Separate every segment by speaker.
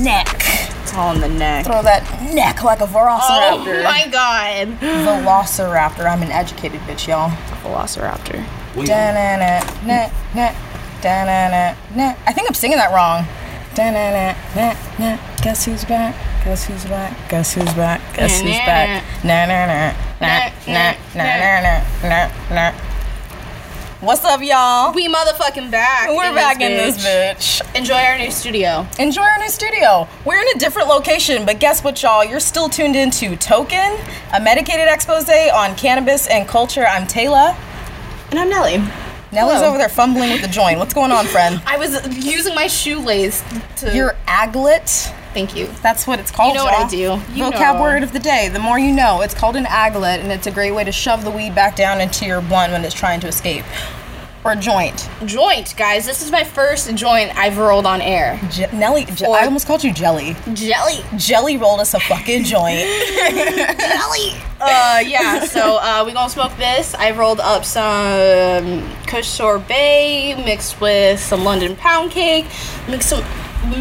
Speaker 1: neck.
Speaker 2: It's all in the neck.
Speaker 1: Throw that neck like a velociraptor.
Speaker 2: Oh my god.
Speaker 1: Velociraptor. I'm an educated bitch, y'all.
Speaker 2: Velociraptor.
Speaker 1: Da-na-na, na, na, da-na-na, na. I think I'm singing that wrong. Da-na-na, na, na. Guess who's back? Guess who's back? Guess who's back? Guess who's back? Na na na na na na na na na. na. What's up, y'all?
Speaker 2: We motherfucking back.
Speaker 1: We're back in this bitch.
Speaker 2: Enjoy our new studio.
Speaker 1: Enjoy our new studio. We're in a different location, but guess what, y'all? You're still tuned into Token, a medicated expose on cannabis and culture. I'm Taylor.
Speaker 2: And I'm Nelly.
Speaker 1: Nella's
Speaker 2: Hello.
Speaker 1: over there fumbling with the joint. What's going on, friend?
Speaker 2: I was using my shoelace to.
Speaker 1: Your aglet.
Speaker 2: thank you.
Speaker 1: That's what it's called.
Speaker 2: You know what I
Speaker 1: y'all.
Speaker 2: do. You
Speaker 1: Vocab
Speaker 2: know.
Speaker 1: word of the day. The more you know, it's called an aglet, and it's a great way to shove the weed back down into your blunt when it's trying to escape. Or joint.
Speaker 2: Joint, guys. This is my first joint I've rolled on air.
Speaker 1: Je- Nelly, je- I almost called you Jelly.
Speaker 2: Jelly.
Speaker 1: Jelly rolled us a fucking joint.
Speaker 2: Jelly. Uh, yeah. So uh, we gonna smoke this. I rolled up some Kush sorbet mixed with some London pound cake, mixed some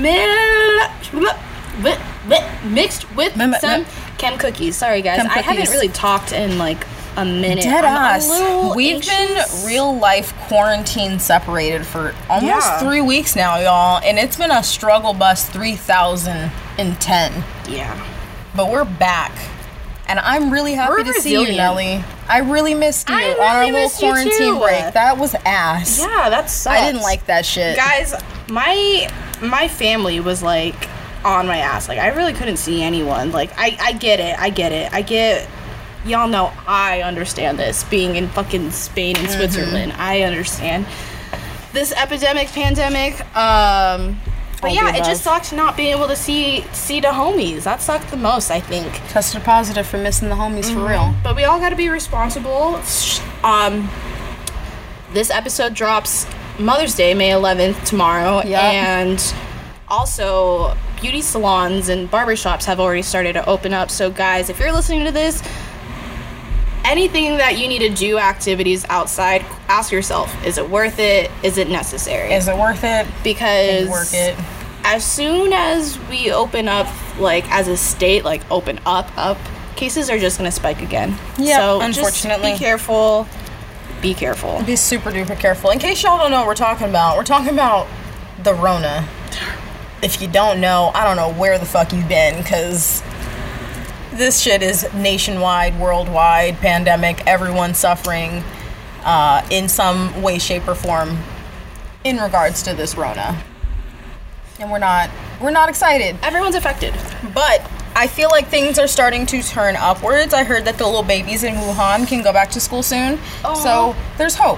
Speaker 2: mil- bleh, bleh, bleh, mixed with
Speaker 1: Mim-
Speaker 2: some
Speaker 1: mim-
Speaker 2: chem cookies. Sorry guys,
Speaker 1: Chem
Speaker 2: I haven't
Speaker 1: cookies.
Speaker 2: really talked in like a minute.
Speaker 1: Dead
Speaker 2: I'm a
Speaker 1: ass.
Speaker 2: little
Speaker 1: We've
Speaker 2: anxious.
Speaker 1: been real life quarantine separated for almost
Speaker 2: Yeah.
Speaker 1: three weeks now, y'all, and it's been a struggle bus 3010.
Speaker 2: Yeah.
Speaker 1: But we're back. And I'm really happy
Speaker 2: We're
Speaker 1: to see you,
Speaker 2: resilient.
Speaker 1: Nelly. I really missed you
Speaker 2: I
Speaker 1: on our
Speaker 2: really
Speaker 1: little
Speaker 2: missed you
Speaker 1: quarantine
Speaker 2: too.
Speaker 1: break. That was ass.
Speaker 2: Yeah, that sucks.
Speaker 1: I didn't like that shit.
Speaker 2: guys my my family was like on my ass like i really couldn't see anyone like i i get it i get it i get y'all know i understand this being in fucking spain
Speaker 1: Mm-hmm.
Speaker 2: and switzerland i understand this epidemic pandemic um but
Speaker 1: All the
Speaker 2: yeah it
Speaker 1: above.
Speaker 2: just sucked not being able to see see the homies that sucked the most i think
Speaker 1: Tested positive for missing the homies
Speaker 2: Mm-hmm.
Speaker 1: for real.
Speaker 2: but we all got to be responsible. Um, this episode drops Mother's Day, May 11th, tomorrow.
Speaker 1: Yep.
Speaker 2: And also, beauty salons and barbershops have already started to open up. So, guys, if you're listening to this, anything that you need to do activities outside, ask yourself is it worth it? Is it necessary?
Speaker 1: Is it worth it?
Speaker 2: because
Speaker 1: Work it.
Speaker 2: as soon as we open up like as a state like open up up cases are just gonna spike again
Speaker 1: Yeah,
Speaker 2: so
Speaker 1: unfortunately.
Speaker 2: just be careful be careful
Speaker 1: Be super duper careful. In case y'all don't know what we're talking about, we're talking about the Rona. If you don't know, I don't know where the fuck you've been because this shit is nationwide, worldwide, pandemic, everyone suffering uh, in some way, shape, or form in regards to this Rona. And we're not we're not excited.
Speaker 2: everyone's affected
Speaker 1: But I feel like things are starting to turn upwards. I heard that the little babies in Wuhan can go back to school soon.
Speaker 2: Aw.
Speaker 1: So there's hope.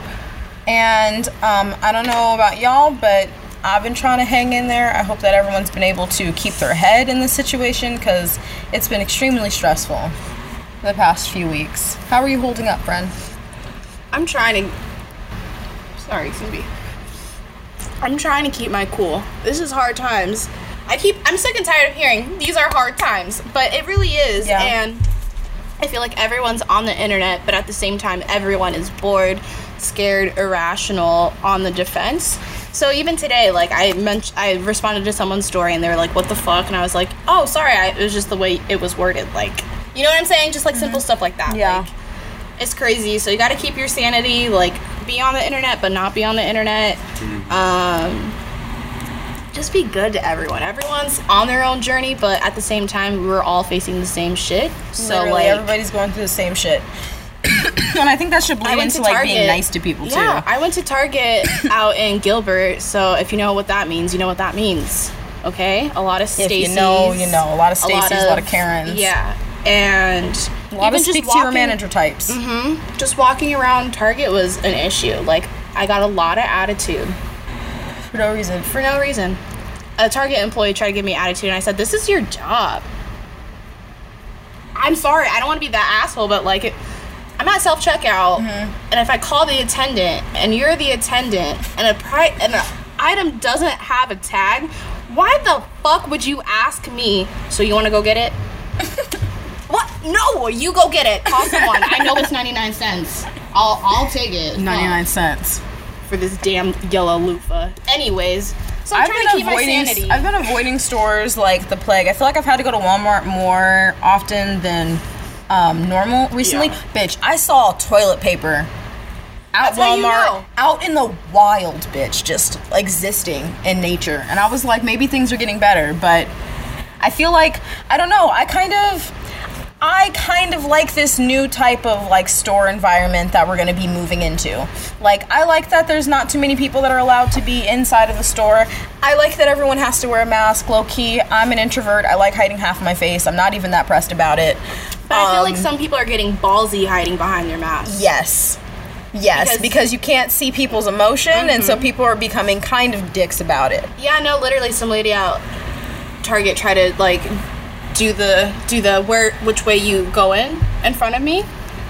Speaker 1: And um, I don't know about y'all, but I've been trying to hang in there. I hope that everyone's been able to keep their head in this situation because it's been extremely stressful the past few weeks. How are you holding up, friend?
Speaker 2: i'm trying to sorry excuse me i'm trying to keep my cool this is hard times i keep i'm sick and tired of hearing these are hard times but it really is
Speaker 1: Yeah.
Speaker 2: and i feel like everyone's on the internet but at the same time everyone is bored scared irrational on the defense so even today like i mentioned i responded to someone's story and they were like what the fuck and i was like oh sorry I, it was just the way it was worded like you know what i'm saying just like simple stuff like that
Speaker 1: Mm-hmm. Yeah.
Speaker 2: like, it's crazy. So you got to keep your sanity. Like, be on the internet, but not be on the internet. Um, just be good to everyone. Everyone's on their own journey, but at the same time, we're all facing the same shit. So
Speaker 1: Literally,
Speaker 2: like,
Speaker 1: everybody's going through the same shit. and I think that should bleed into like being nice to people too.
Speaker 2: Yeah, I went to Target out in Gilbert. So if you know what that means, you know what that means. Okay, a lot of
Speaker 1: If
Speaker 2: Stacy's.
Speaker 1: you know, you know. A lot of Stacys, a lot of Karens.
Speaker 2: Yeah, and
Speaker 1: A lot
Speaker 2: even
Speaker 1: of
Speaker 2: just
Speaker 1: speak to your
Speaker 2: walking- Mm-hmm.
Speaker 1: manager types.
Speaker 2: just walking around Target was an issue. Like I got a lot of attitude
Speaker 1: for no reason.
Speaker 2: for no reason. A Target employee tried to give me attitude, and I said, "This is your job." I'm sorry, I don't want to be that asshole, but like, it, I'm at self checkout, and if I call the attendant, and you're the attendant, and a pri- and an item doesn't have a tag, why the fuck would you ask me? So you want to go get it? what? No, you go get it. Call someone. I know it's 99 cents. I'll I'll take it. Fuck
Speaker 1: cents.
Speaker 2: for this damn yellow loofah. Anyways, So I'm trying to keep my
Speaker 1: avoiding,
Speaker 2: sanity.
Speaker 1: I've been avoiding stores like the plague. I feel like I've had to go to Walmart more often than um, normal recently.
Speaker 2: Yeah.
Speaker 1: Bitch, I saw toilet paper at
Speaker 2: That's how
Speaker 1: Walmart,
Speaker 2: you know.
Speaker 1: out in the wild, bitch, just existing in nature. And I was like, maybe things are getting better, but I feel like I don't know. I kind of. I kind of like this new type of like store environment that we're going to be moving into. Like I like that there's not too many people that are allowed to be inside of the store. I like that everyone has to wear a mask low key. I'm an introvert. I like hiding half my face. I'm not even that pressed about it.
Speaker 2: but I feel like
Speaker 1: Um,
Speaker 2: some people are getting ballsy hiding behind their mask.
Speaker 1: Yes. Yes, because,
Speaker 2: Because- Mm-hmm.
Speaker 1: you can't see people's emotion, and so people are becoming kind of dicks about it.
Speaker 2: Yeah, no, literally some lady out Target tried to like do the do the where which way you go in in front of me,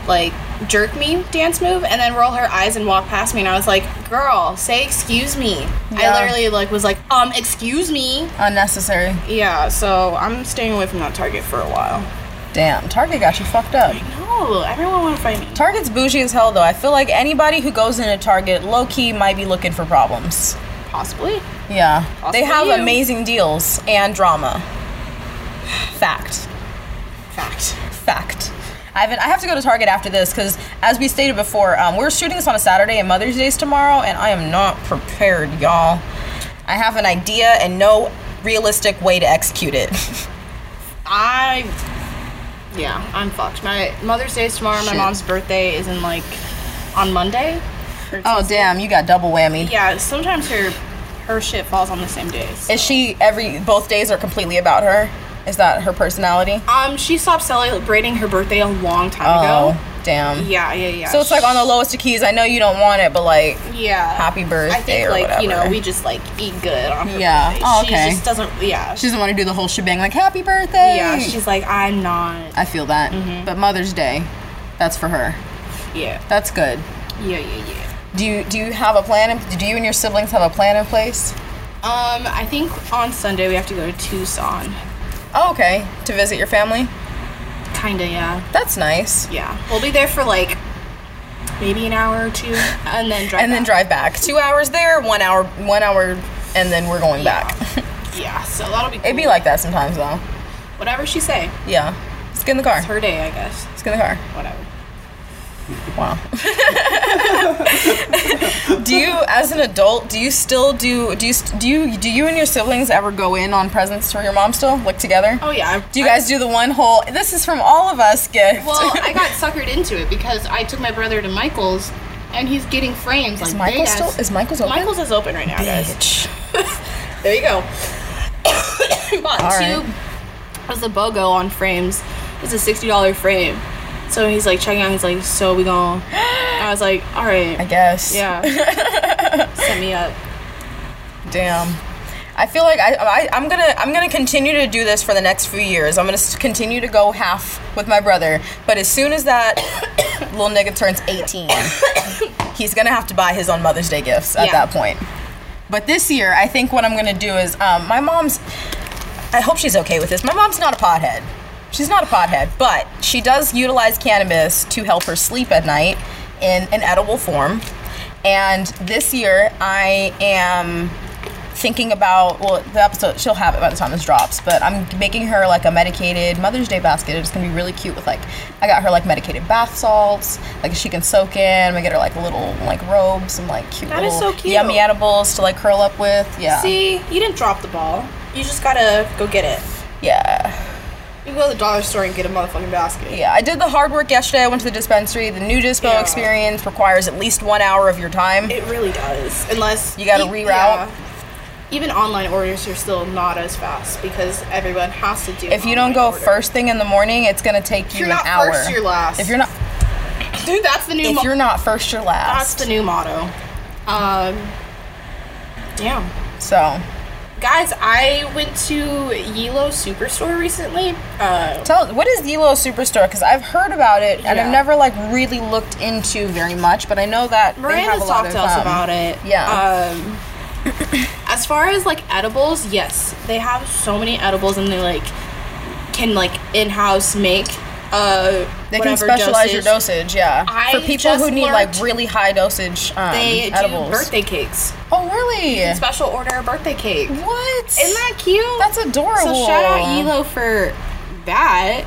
Speaker 2: like jerk me dance move and then roll her eyes and walk past me and I was like, "Girl, say excuse me."
Speaker 1: Yeah.
Speaker 2: I literally like was like, "Um, excuse me."
Speaker 1: Unnecessary.
Speaker 2: Yeah, so I'm staying away from that Target for a while.
Speaker 1: Damn, Target got you fucked up.
Speaker 2: No, everyone want to fight me.
Speaker 1: Target's bougie as hell, though. I feel like anybody who goes into Target low key might be looking for problems.
Speaker 2: Possibly.
Speaker 1: Yeah.
Speaker 2: Possibly
Speaker 1: they have
Speaker 2: you.
Speaker 1: amazing deals and drama. Fact.
Speaker 2: Fact.
Speaker 1: Fact. I, haven't, I have to go to Target after this because, as we stated before, um, we're shooting this on a Saturday and Mother's Day's tomorrow, and I am not prepared, y'all. I have an idea and no realistic way to execute it.
Speaker 2: I. Yeah, I'm fucked. My Mother's Day is tomorrow.
Speaker 1: Shit.
Speaker 2: My mom's birthday is in like on Monday. Or
Speaker 1: oh,
Speaker 2: Tuesday.
Speaker 1: damn, you got double whammy.
Speaker 2: Yeah, sometimes her her shit falls on the same days.
Speaker 1: Is she every, both days are completely about her? Is that her personality?
Speaker 2: Um, she stopped celebrating her birthday a long time
Speaker 1: Oh,
Speaker 2: ago.
Speaker 1: damn.
Speaker 2: Yeah, yeah, yeah.
Speaker 1: So it's like on the lowest of keys. I know you don't want it, but like,
Speaker 2: Yeah.
Speaker 1: happy birthday
Speaker 2: I think
Speaker 1: or
Speaker 2: like you know
Speaker 1: whatever.
Speaker 2: we just like eat good on her
Speaker 1: Yeah.
Speaker 2: birthday.
Speaker 1: Oh,
Speaker 2: she
Speaker 1: okay.
Speaker 2: just doesn't. Yeah.
Speaker 1: she doesn't want to do the whole shebang. Like, happy birthday.
Speaker 2: yeah. She's like I'm not.
Speaker 1: I feel that. But Mother's Day, that's for her.
Speaker 2: Yeah.
Speaker 1: That's good.
Speaker 2: Yeah. Yeah. Yeah.
Speaker 1: Do you do you have a plan? In, do you and your siblings have a plan in place?
Speaker 2: Um, I think on Sunday we have to go to Tucson.
Speaker 1: Oh, okay. To visit your family.
Speaker 2: Kinda, yeah.
Speaker 1: That's nice.
Speaker 2: Yeah, we'll be there for like maybe an hour or two, and then drive.
Speaker 1: And then drive back. Two hours there, one hour, one hour, and then we're going back.
Speaker 2: back. Yeah, so that'll be. Cool.
Speaker 1: It'd be like that sometimes, though.
Speaker 2: whatever she say.
Speaker 1: Yeah. Let's get in the car.
Speaker 2: It's her day, I guess.
Speaker 1: Let's get in the car.
Speaker 2: Whatever.
Speaker 1: Wow. do you, as an adult, do you still do do you st- do you do you and your siblings ever go in on presents for your mom still, like together?
Speaker 2: Oh yeah. I-
Speaker 1: Do you guys do the one whole? This is from all of us gift.
Speaker 2: well, I got suckered into it because I took my brother to Michael's, and he's getting frames.
Speaker 1: is
Speaker 2: like
Speaker 1: Michael
Speaker 2: big
Speaker 1: still?
Speaker 2: ass-
Speaker 1: Is Michael's open?
Speaker 2: Michael's is open right now, guys.
Speaker 1: Bitch.
Speaker 2: There you go. Bought
Speaker 1: All
Speaker 2: two.
Speaker 1: right.
Speaker 2: It was a BOGO on frames. It's a sixty dollar frame. So he's like checking out. He's like, "So we going?" I was like, "All right."
Speaker 1: I guess.
Speaker 2: Yeah. Set me up.
Speaker 1: Damn. I feel like I, I I'm gonna I'm gonna continue to do this for the next few years. I'm gonna s- continue to go half with my brother, but as soon as that little nigga turns 18, he's gonna have to buy his own Mother's Day gifts at
Speaker 2: Yeah.
Speaker 1: that point. But this year, I think what I'm gonna do is um, my mom's. I hope she's okay with this. My mom's not a pothead. She's not a pothead, but she does utilize cannabis to help her sleep at night in an edible form. And this year, I am thinking about well the episode she'll have it by the time this drops but i'm making her like a medicated mother's day basket it's gonna be really cute with like i got her like medicated bath salts like she can soak in i'm gonna get her like little like robes some like cute
Speaker 2: That is
Speaker 1: little
Speaker 2: so cute.
Speaker 1: yummy edibles to like curl up with yeah
Speaker 2: See, you didn't drop the ball. You just gotta go get it.
Speaker 1: yeah
Speaker 2: You go to the dollar store and get a motherfucking basket.
Speaker 1: yeah i did the hard work yesterday i went to the dispensary the new dispo
Speaker 2: Yeah.
Speaker 1: experience requires at least one hour of your time
Speaker 2: It really does. Unless
Speaker 1: You gotta
Speaker 2: e-
Speaker 1: reroute.
Speaker 2: Even online orders are still not as fast because everyone has to do.
Speaker 1: if you don't
Speaker 2: online
Speaker 1: go
Speaker 2: orders.
Speaker 1: first thing in the morning it's gonna take you
Speaker 2: you're
Speaker 1: an
Speaker 2: not
Speaker 1: hour
Speaker 2: first, you're last.
Speaker 1: if you're not
Speaker 2: dude, that's the new.
Speaker 1: if
Speaker 2: mo-
Speaker 1: you're not first you're
Speaker 2: that's
Speaker 1: last
Speaker 2: the new motto. Um, damn.
Speaker 1: so
Speaker 2: Guys, I went to Yilo Superstore recently. Uh,
Speaker 1: Tell what is Yilo Superstore? Because I've heard about it and I've
Speaker 2: Yeah.
Speaker 1: never like really looked into very much, but I know that they have
Speaker 2: Miranda's
Speaker 1: a lot
Speaker 2: talked to
Speaker 1: of,
Speaker 2: us
Speaker 1: um,
Speaker 2: about it.
Speaker 1: yeah.
Speaker 2: Um, as far as like edibles, yes, they have so many edibles, and they like can like in-house make uh,
Speaker 1: They can
Speaker 2: whatever
Speaker 1: specialize your
Speaker 2: dosage.
Speaker 1: dosage, yeah.
Speaker 2: I
Speaker 1: For people
Speaker 2: just
Speaker 1: who need
Speaker 2: learned
Speaker 1: like really high dosage um,
Speaker 2: They
Speaker 1: edibles.
Speaker 2: do birthday cakes.
Speaker 1: Oh really?
Speaker 2: Special order birthday cake. Isn't
Speaker 1: What?
Speaker 2: that cute?
Speaker 1: That's adorable.
Speaker 2: So shout out Elo for that.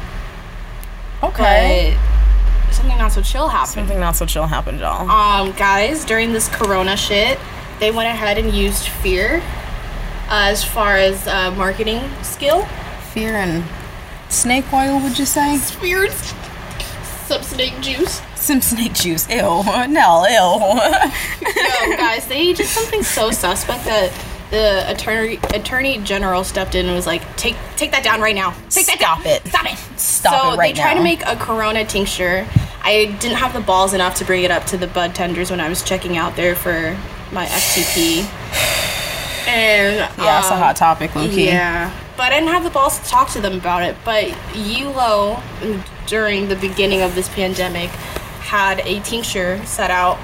Speaker 1: Okay.
Speaker 2: But something not so chill happened.
Speaker 1: Something not so chill happened, y'all.
Speaker 2: Um, guys, during this Corona shit, they went ahead and used fear uh, as far as uh, marketing skill.
Speaker 1: Fear and snake oil, would you say?
Speaker 2: Fear, some snake juice.
Speaker 1: Some snake juice. Ew. No, ew.
Speaker 2: No, guys, they did something so suspect that the attorney attorney general stepped in and was like, "Take take that down right now. Take that
Speaker 1: Stop
Speaker 2: down.
Speaker 1: it.
Speaker 2: Stop it.
Speaker 1: Stop
Speaker 2: so
Speaker 1: it right
Speaker 2: they tried
Speaker 1: now.
Speaker 2: to make a Corona tincture. I didn't have the balls enough to bring it up to the bud tenders when I was checking out there for my FTP. And
Speaker 1: yeah, it's a
Speaker 2: um,
Speaker 1: hot topic, Loki.
Speaker 2: Yeah. But I didn't have the balls to talk to them about it. But Yulo, during the beginning of this pandemic, had a tincture set out,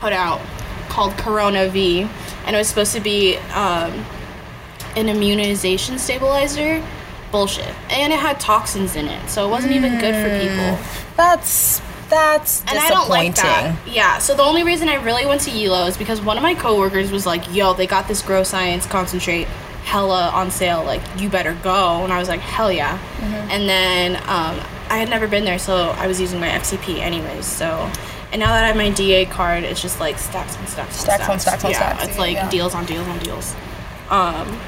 Speaker 2: put out, called Corona V. And it was supposed to be um, an immunization stabilizer. Bullshit. And it had toxins in it. So it wasn't even good for people
Speaker 1: That's that's disappointing.
Speaker 2: and I don't like that. Yeah. So the only reason I really went to Yilo is because one of my coworkers was like, "Yo, they got this grow science concentrate hella on sale. Like, you better go." And I was like, "Hell yeah!"
Speaker 1: Mm-hmm.
Speaker 2: And then um, I had never been there, so I was using my FCP anyways. So. And now that I have my DA card, it's just like stacks and stacks,
Speaker 1: Stacks on
Speaker 2: and
Speaker 1: stacks on
Speaker 2: yeah,
Speaker 1: stacks,
Speaker 2: It's like
Speaker 1: yeah.
Speaker 2: deals on deals on deals. Um,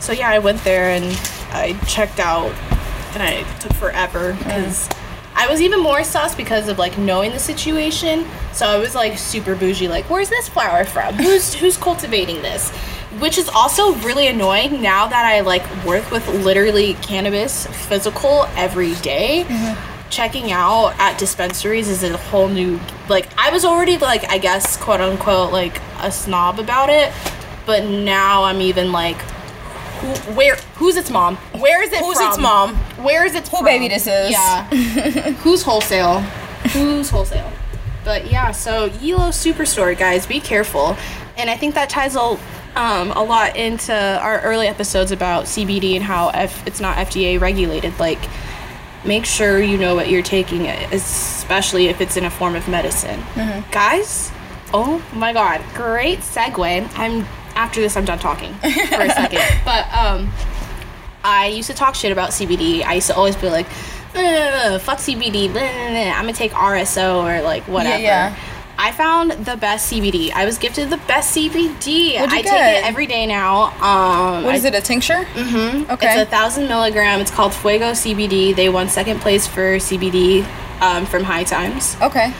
Speaker 2: so yeah, I went there and I checked out, and I took forever because I was even more sus because of like knowing the situation. So I was like super bougie, like, "Where's this flower from? Who's who's cultivating this?" Which is also really annoying now that I like work with literally cannabis physical every day. Checking out at dispensaries is a whole new like I was already like I guess quote unquote like a snob about it, but now I'm even like who, where who's its mom? Where is it
Speaker 1: Who's
Speaker 2: from?
Speaker 1: its mom?
Speaker 2: Where is its
Speaker 1: Who baby this is.
Speaker 2: Yeah. who's wholesale? Who's wholesale? But yeah, so Yilo Superstore, guys, be careful. And I think that ties a, um, a lot into our early episodes about CBD and how F- it's not FDA regulated. Like, make sure you know what you're taking, especially if it's in a form of medicine.
Speaker 1: Mm-hmm.
Speaker 2: Guys, oh my god, great segue. I'm after this, I'm done talking for a second. But um, I used to talk shit about CBD. I used to always be like, "Ugh, fuck CBD. blah, blah, blah. I'm gonna take RSO or like whatever.
Speaker 1: yeah.
Speaker 2: I found the best CBD. I was gifted the best CBD.
Speaker 1: What'd you
Speaker 2: I
Speaker 1: get?
Speaker 2: take it every day now. Um,
Speaker 1: What
Speaker 2: I
Speaker 1: is it? A tincture? Mm-hmm. Okay.
Speaker 2: it's a thousand milligram. It's called Fuego CBD. They won second place for CBD um, from High Times.
Speaker 1: okay.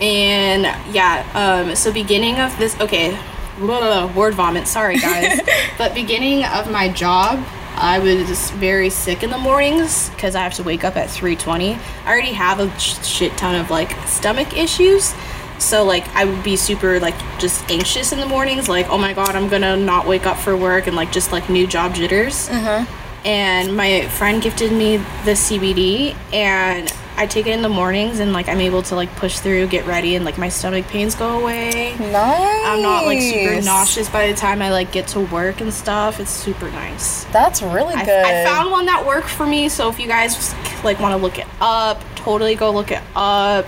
Speaker 2: And yeah, um, so beginning of this, okay, blah, blah, blah, word vomit. Sorry guys, but beginning of my job, I was very sick in the mornings because I have to wake up at three twenty. I already have a sh- shit ton of like stomach issues. So like I would be super like just anxious in the mornings, like oh my god, I'm gonna not wake up for work and like just like new job jitters and my friend gifted me the CBD and I take it in the mornings and like I'm able to like push through, get ready and like my stomach pains go away.
Speaker 1: Nice.
Speaker 2: I'm not like super nauseous by the time I like get to work and stuff. It's super nice.
Speaker 1: That's really
Speaker 2: I,
Speaker 1: good.
Speaker 2: I found one that worked for me, so if you guys just, like want to look it up, totally go look it up.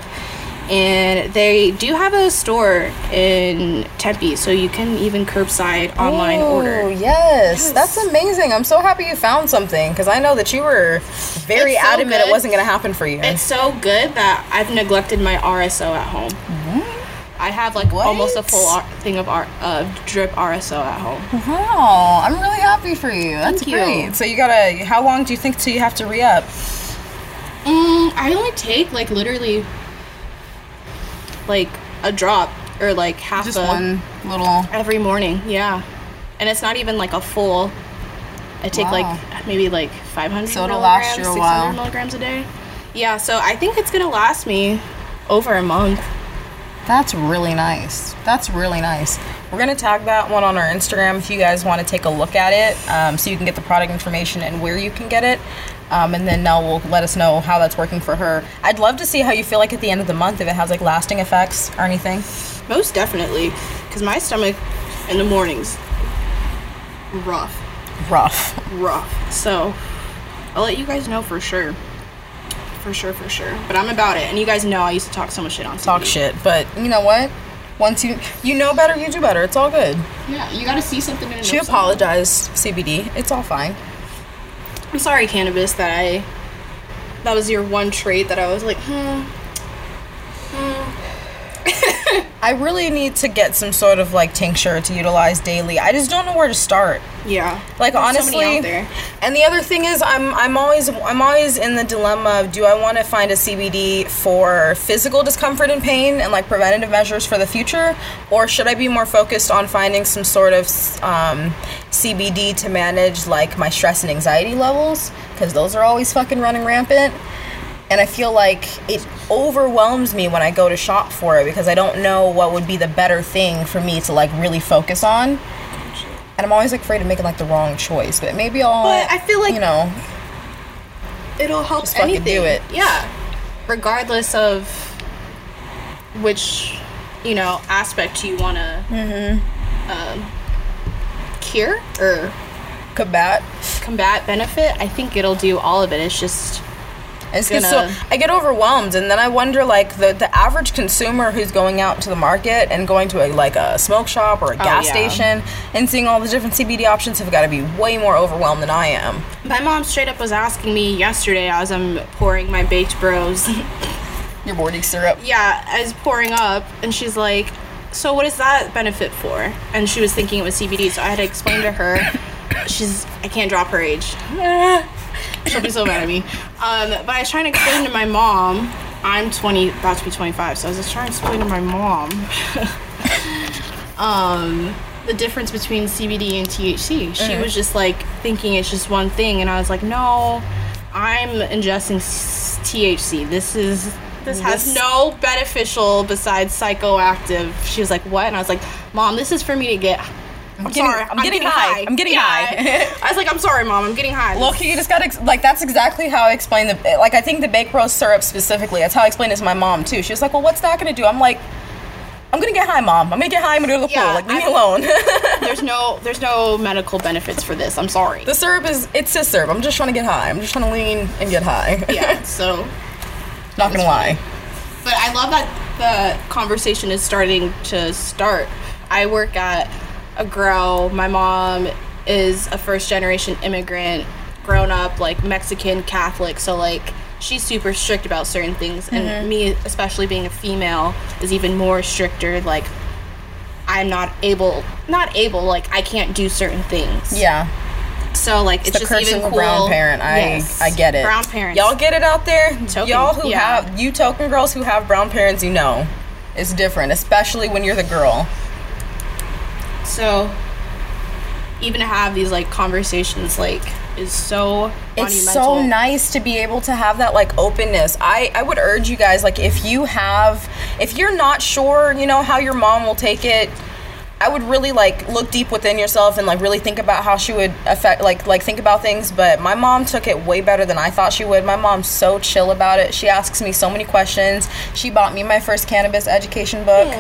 Speaker 2: And they do have a store in Tempe, so you can even curbside online order.
Speaker 1: Ooh, Yes. that's amazing. I'm so happy you found something because I know that you were very
Speaker 2: It's so
Speaker 1: adamant it
Speaker 2: good.
Speaker 1: wasn't going to happen for you.
Speaker 2: It's so good that I've neglected my RSO at home. I have like
Speaker 1: Mm-hmm. What?
Speaker 2: almost a full R- thing of R- uh, drip RSO at home.
Speaker 1: wow, Oh, I'm really happy for you. That's
Speaker 2: Thank you.
Speaker 1: great. So you gotta. How long do you think till you have to re up?
Speaker 2: Mm, I only take like literally like a drop or like half
Speaker 1: Just
Speaker 2: a
Speaker 1: one little.
Speaker 2: every morning. Yeah, and it's not even like a full. I take
Speaker 1: Wow.
Speaker 2: like maybe like 500
Speaker 1: So it'll
Speaker 2: milligrams,
Speaker 1: last you a
Speaker 2: 600
Speaker 1: while.
Speaker 2: milligrams a day. Yeah, so I think it's gonna last me over a month.
Speaker 1: That's really nice. That's really nice. We're gonna tag that one on our Instagram if you guys want to take a look at it, um, so you can get the product information and where you can get it. Um, and then Nell will let us know how that's working for her. I'd love to see how you feel like at the end of the month if it has like lasting effects or anything.
Speaker 2: Most definitely, because my stomach in the mornings rough,
Speaker 1: Rough.
Speaker 2: rough. So I'll let you guys know for sure. For sure, for sure. But I'm about it. And you guys know I used to talk so much shit on TV.
Speaker 1: Talk shit, but you know what? Once you you know better, you do better. It's all good.
Speaker 2: Yeah, you gotta see something in it.
Speaker 1: She apologized, CBD. It's all fine.
Speaker 2: I'm sorry, cannabis, that I. That was your one trait that I was like, hmm.
Speaker 1: I really need to get some sort of like tincture to utilize daily. I just don't know where to start.
Speaker 2: Yeah.
Speaker 1: Like
Speaker 2: There's so
Speaker 1: honestly,
Speaker 2: many out there.
Speaker 1: and the other thing is, I'm I'm always I'm always in the dilemma of do I want to find a CBD for physical discomfort and pain and like preventative measures for the future, or should I be more focused on finding some sort of um, CBD to manage like my stress and anxiety levels because those are always fucking running rampant. And I feel like it overwhelms me when I go to shop for it because I don't know what would be the better thing for me to like really focus on. And I'm always like afraid of making like the wrong choice, but maybe I'll.
Speaker 2: But I feel like-
Speaker 1: you know
Speaker 2: It'll help
Speaker 1: Just fucking
Speaker 2: anything.
Speaker 1: do it.
Speaker 2: Yeah. Regardless of which, you know, aspect you wanna
Speaker 1: Mm-hmm.
Speaker 2: um, cure or
Speaker 1: combat.
Speaker 2: combat benefit, I think it'll do all of it. It's just
Speaker 1: It's just so
Speaker 2: Gonna-
Speaker 1: I get overwhelmed, and then I wonder like the the average consumer who's going out to the market and going to a like a smoke shop or a gas
Speaker 2: Oh, yeah.
Speaker 1: station and seeing all the different CBD options have got to be way more overwhelmed than I am.
Speaker 2: my mom straight up was asking me yesterday as I'm pouring my baked bros.
Speaker 1: Your morning syrup.
Speaker 2: yeah, I was pouring up and she's like, So what is that benefit for? And she was thinking it was CBD, so I had to explain to her. She's I can't drop her age.
Speaker 1: Eh.
Speaker 2: She'll be so mad at me. Um, but I was trying to explain to my mom. I'm 20, about to be 25, so I was just trying to explain to my mom um, the difference between CBD and THC. She
Speaker 1: Uh-huh.
Speaker 2: was just like thinking it's just one thing, and I was like, no, I'm ingesting s- THC. This is this has
Speaker 1: This-
Speaker 2: no beneficial besides psychoactive. She was like, what? And I was like, mom, this is for me to get. I'm,
Speaker 1: getting-
Speaker 2: sorry.
Speaker 1: I'm getting high. I'm getting high.
Speaker 2: I was like, I'm sorry, mom. I'm getting high.
Speaker 1: Look, you just got ex- like that's exactly how I explained the eh, like I think the baked rose syrup specifically. That's how I explained it to my mom too. She was like, "Well, what's that going to do?" I'm like, "I'm going to get high, mom. I'm going to get high. I'm going to go to the
Speaker 2: Yeah,
Speaker 1: pool. Like, leave me
Speaker 2: I'm-
Speaker 1: alone."
Speaker 2: there's no there's no medical benefits for this. I'm sorry.
Speaker 1: the syrup is it's just syrup. I'm just trying to get high. I'm just trying to lean and get high.
Speaker 2: yeah. So
Speaker 1: Not gonna lie.
Speaker 2: But I love that the conversation is starting to start. I work at a grow. My mom is a first generation immigrant, grown up like Mexican Catholic. So like she's super strict about certain things and me especially being a female is even more stricter like I'm not able not able like I can't do certain things.
Speaker 1: Yeah.
Speaker 2: So like it's,
Speaker 1: The
Speaker 2: just
Speaker 1: curse
Speaker 2: even
Speaker 1: of the
Speaker 2: cool.
Speaker 1: brown parent. I
Speaker 2: Yes.
Speaker 1: I get it.
Speaker 2: Brown parents.
Speaker 1: Y'all get it out there.
Speaker 2: Token,
Speaker 1: Y'all who
Speaker 2: yeah.
Speaker 1: have you token girls who have brown parents, you know, it's different, especially when you're the girl.
Speaker 2: So even to have these like conversations like is so
Speaker 1: it's
Speaker 2: monumental.
Speaker 1: so nice to be able to have that like openness i i would urge you guys like if you have if you're not sure you know how your mom will take it i would really like look deep within yourself and like really think about how she would affect like like think about things but my mom took it way better than i thought she would my mom's so chill about it she asks me so many questions she bought me my first cannabis education book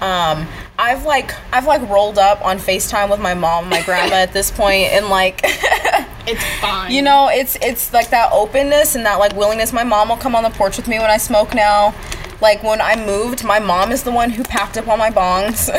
Speaker 1: um, I've like I've like rolled up on FaceTime with my mom, and my grandma at this point, and like
Speaker 2: It's fine.
Speaker 1: you know, it's it's like that openness and that like willingness. My mom will come on the porch with me when I smoke now. Like when I moved, my mom is the one who packed up all my bongs.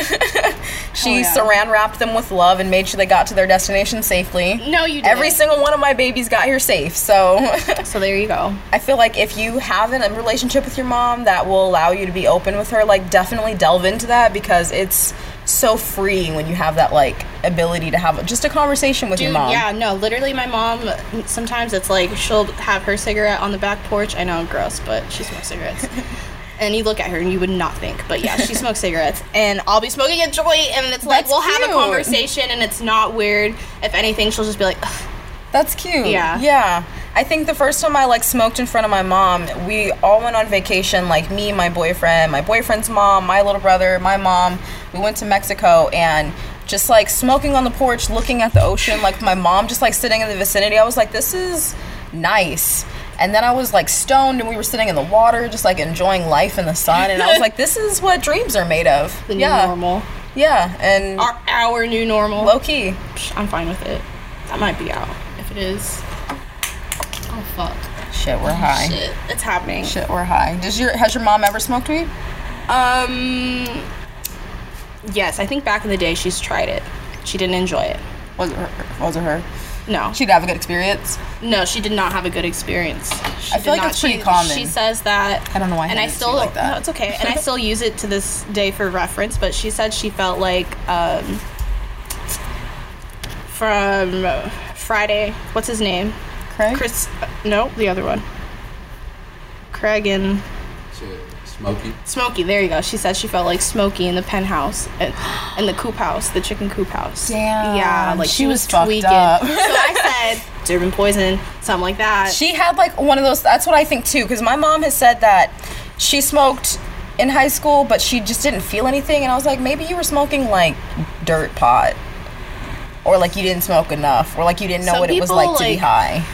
Speaker 1: she
Speaker 2: Oh, yeah.
Speaker 1: saran wrapped them with love and made sure they got to their destination safely.
Speaker 2: No, you didn't.
Speaker 1: Every single one of my babies got here safe. So
Speaker 2: So there you go.
Speaker 1: I feel like if you have an- a relationship with your mom that will allow you to be open with her, like definitely delve into that because it's so freeing when you have that like ability to have just a conversation with your
Speaker 2: Dude,
Speaker 1: mom.
Speaker 2: yeah, no, literally my mom sometimes it's like she'll have her cigarette on the back porch. I know gross, but she smokes cigarettes. and you look at her and you would not think, but yeah, she smokes cigarettes. And I'll be smoking a joint and it's like
Speaker 1: That's
Speaker 2: we'll have a
Speaker 1: cute.
Speaker 2: conversation and it's not weird. If anything, she'll just be like, "Ugh,
Speaker 1: That's cute.
Speaker 2: Yeah.
Speaker 1: Yeah. I think the first time I like smoked in front of my mom, we all went on vacation, like me, my boyfriend, my boyfriend's mom, my little brother, my mom. We went to Mexico and just like smoking on the porch, looking at the ocean, like my mom just like sitting in the vicinity. I was like, this is nice. And then I was like stoned and we were sitting in the water, just like enjoying life in the sun. And I was like, this is what dreams are made of.
Speaker 2: the new
Speaker 1: yeah.
Speaker 2: normal.
Speaker 1: Yeah. And
Speaker 2: Our our new normal.
Speaker 1: low key.
Speaker 2: Psh, I'm fine with it. That might be out. If it is, Oh, fuck.
Speaker 1: Shit, we're high. Shit.
Speaker 2: Shit, it's happening.
Speaker 1: we're high. Does your has your mom ever smoked weed?
Speaker 2: Um. Yes, I think back in the day she's tried it. She didn't enjoy it.
Speaker 1: Was it her? Was it her?
Speaker 2: No,
Speaker 1: She'd have a good experience.
Speaker 2: no, she did not have a good experience. She
Speaker 1: I feel
Speaker 2: did
Speaker 1: like
Speaker 2: not-
Speaker 1: that's pretty
Speaker 2: she-
Speaker 1: common.
Speaker 2: She says that.
Speaker 1: I don't know why I
Speaker 2: and I
Speaker 1: handed it to
Speaker 2: still
Speaker 1: you like that.
Speaker 2: no, it's okay. And I still use it to this day for reference. But she said she felt like um, from uh, Friday. What's his name?
Speaker 1: Craig.
Speaker 2: Chris. uh, No, the other one. Craig and
Speaker 3: Shit, Smokey.
Speaker 2: Smokey. There you go. She said she felt like Smokey in the penthouse and in the coop house, the chicken coop house.
Speaker 1: Damn.
Speaker 2: Yeah, like
Speaker 1: She
Speaker 2: she,
Speaker 1: was
Speaker 2: was,
Speaker 1: fucked
Speaker 2: tweaking.
Speaker 1: up.
Speaker 2: so I said Durban poison, something like that.
Speaker 1: She had like one of those. That's what I think too, because my mom has said that she smoked in high school, but she just didn't feel anything. And I was like, maybe you were smoking like dirt pot, or like you didn't smoke enough, or like you didn't know
Speaker 2: Some
Speaker 1: what it was
Speaker 2: people,
Speaker 1: like, to be
Speaker 2: like-
Speaker 1: high.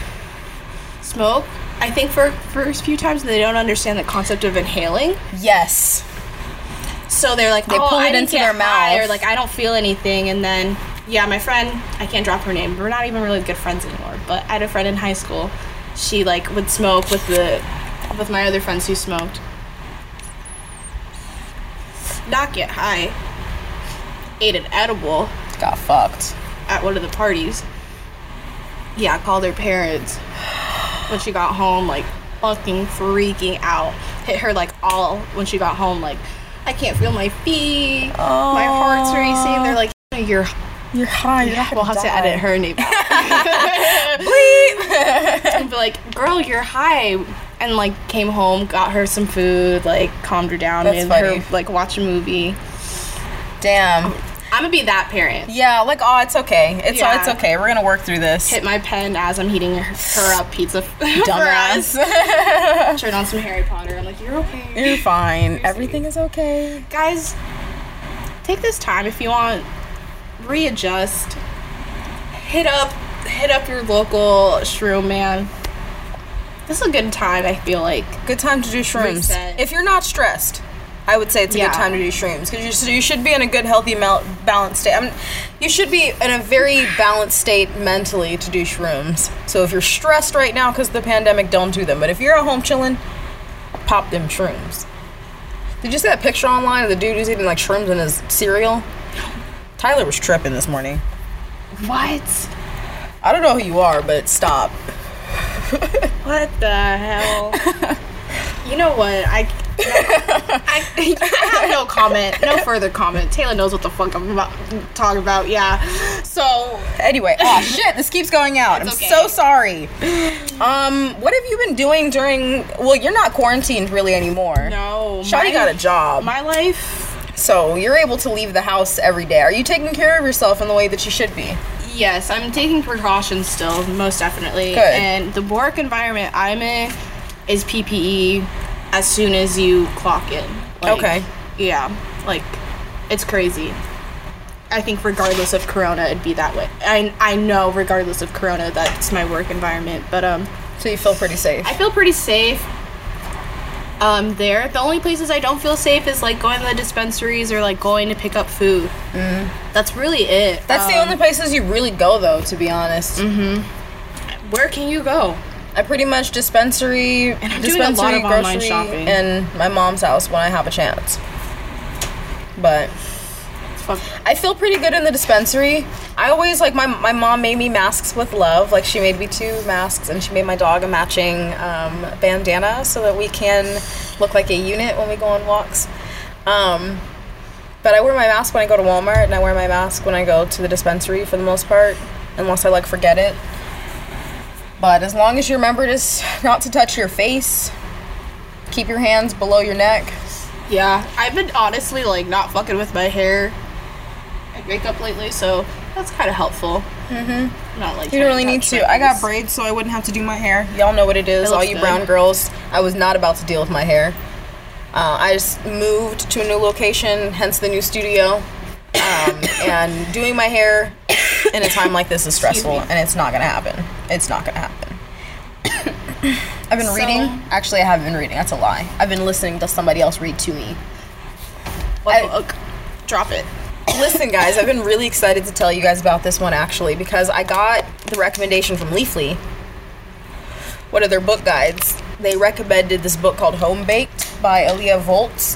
Speaker 2: Smoke. I think for first few times they don't understand the concept of inhaling,
Speaker 1: Yes.
Speaker 2: so they're like,
Speaker 1: They
Speaker 2: oh,
Speaker 1: pull
Speaker 2: I
Speaker 1: it
Speaker 2: didn't
Speaker 1: into
Speaker 2: get
Speaker 1: their mouth.
Speaker 2: high, or like I don't feel anything, and then. Yeah, my friend, I can't drop her name. We're not even really good friends anymore. But I had a friend in high school. She like would smoke with the with my other friends who smoked. Not get high. Ate an edible.
Speaker 1: Got fucked.
Speaker 2: at one of the parties. Yeah, I called her parents when she got home, like fucking freaking out. Hit her like all when she got home, like I can't feel my feet, my heart's racing. They're like, you're.
Speaker 1: You're high. You're
Speaker 2: We'll have to edit her name out. and be like, girl, you're high. And like came home, got her some food, like calmed her down,
Speaker 1: That's
Speaker 2: made
Speaker 1: funny.
Speaker 2: her like watch a movie.
Speaker 1: Damn.
Speaker 2: I'm gonna be that parent.
Speaker 1: Yeah. Like, oh, it's okay. It's
Speaker 2: Yeah.
Speaker 1: oh, it's okay. We're gonna work through this.
Speaker 2: Hit my pen as I'm heating her, her up pizza for us.
Speaker 1: Dumbass.
Speaker 2: turn on some Harry Potter. I'm like, you're okay.
Speaker 1: You're fine. Everything is okay.
Speaker 2: Guys, take this time if you want. Readjust. Hit up hit up your local shroom man. This is a good time, I feel like.
Speaker 1: Good time to do shrooms.
Speaker 2: Reset.
Speaker 1: If you're not stressed, I would say it's a
Speaker 2: Yeah.
Speaker 1: good time to do shrooms because you, you should be in a good, healthy, mel- balanced state. I mean, you should be in a very balanced state mentally to do shrooms. So if you're stressed right now because of the pandemic, don't do them. But if you're at home chilling, pop them shrooms. Did you see that picture online of the dude who's eating like shrooms in his cereal? Tyler was tripping this morning.
Speaker 2: What?
Speaker 1: I don't know who you are, but stop.
Speaker 2: What the hell? you know what? I, I I have no comment, no further comment. Taylor knows what the fuck I'm about, talking about. Yeah. So
Speaker 1: Anyway, oh shit, this keeps going out. I'm
Speaker 2: It's okay.
Speaker 1: so sorry. Um, what have you been doing during? Well, you're not quarantined really anymore.
Speaker 2: no,
Speaker 1: Shawty
Speaker 2: my-
Speaker 1: got a job,
Speaker 2: My life
Speaker 1: so you're able to leave the house every day. Are you taking care of yourself in the way that you should be?
Speaker 2: Yes, I'm taking precautions still, most definitely.
Speaker 1: Good.
Speaker 2: And the work environment I'm in is PPE as soon as you clock in. Like,
Speaker 1: Okay.
Speaker 2: Yeah, like it's crazy. I think regardless of Corona, it'd be that way. I I know regardless of Corona, that's my work environment. But um,
Speaker 1: So you feel pretty safe.
Speaker 2: I feel pretty safe. Um, there. The only places I don't feel safe is like going to the dispensaries or like going to pick up food. Mm. That's really it.
Speaker 1: Mm-hmm. That's the
Speaker 2: Um, Mm-hmm.
Speaker 1: only places you really go, though. To be honest,
Speaker 2: Where can you go?
Speaker 1: I pretty much dispensary,
Speaker 2: I'm doing a lot
Speaker 1: dispensary,
Speaker 2: of online
Speaker 1: grocery,
Speaker 2: shopping.
Speaker 1: and my mom's house when I have a chance. But
Speaker 2: Fuck.
Speaker 1: I feel pretty good in the dispensary. I always like my my mom made me masks with love. Like she made me two masks, and she made my dog a matching um, bandana so that we can look like a unit when we go on walks. Um, but I wear my mask when I go to Walmart, and I wear my mask when I go to the dispensary for the most part, unless I like forget it. But as long as you remember just not to touch your face, keep your hands below your neck.
Speaker 2: Yeah, I've been honestly like not fucking with my hair and makeup lately, so that's kind of helpful. Mm-hmm. Not like
Speaker 1: You
Speaker 2: trying
Speaker 1: don't really
Speaker 2: touch
Speaker 1: need
Speaker 2: my
Speaker 1: to. I got
Speaker 2: face.
Speaker 1: braids, so I wouldn't have to do my hair. Y'all know what it is,
Speaker 2: It
Speaker 1: all
Speaker 2: looks
Speaker 1: you
Speaker 2: good.
Speaker 1: brown girls. I was not about to deal with my hair. Uh, I just moved to a new location, hence the new studio. Um, and doing my hair in a time like this is stressful,
Speaker 2: me.
Speaker 1: and it's not gonna happen. It's not gonna happen. I've been
Speaker 2: So-
Speaker 1: reading. Actually, I haven't been reading. That's a lie. I've been listening to somebody else read to me.
Speaker 2: What
Speaker 1: I-
Speaker 2: book? Drop it.
Speaker 1: Listen, guys, I've been really excited to tell you guys about this one actually because I got the recommendation from Leafly one of their book guides, they recommended this book called Home Baked by Aaliyah Volts.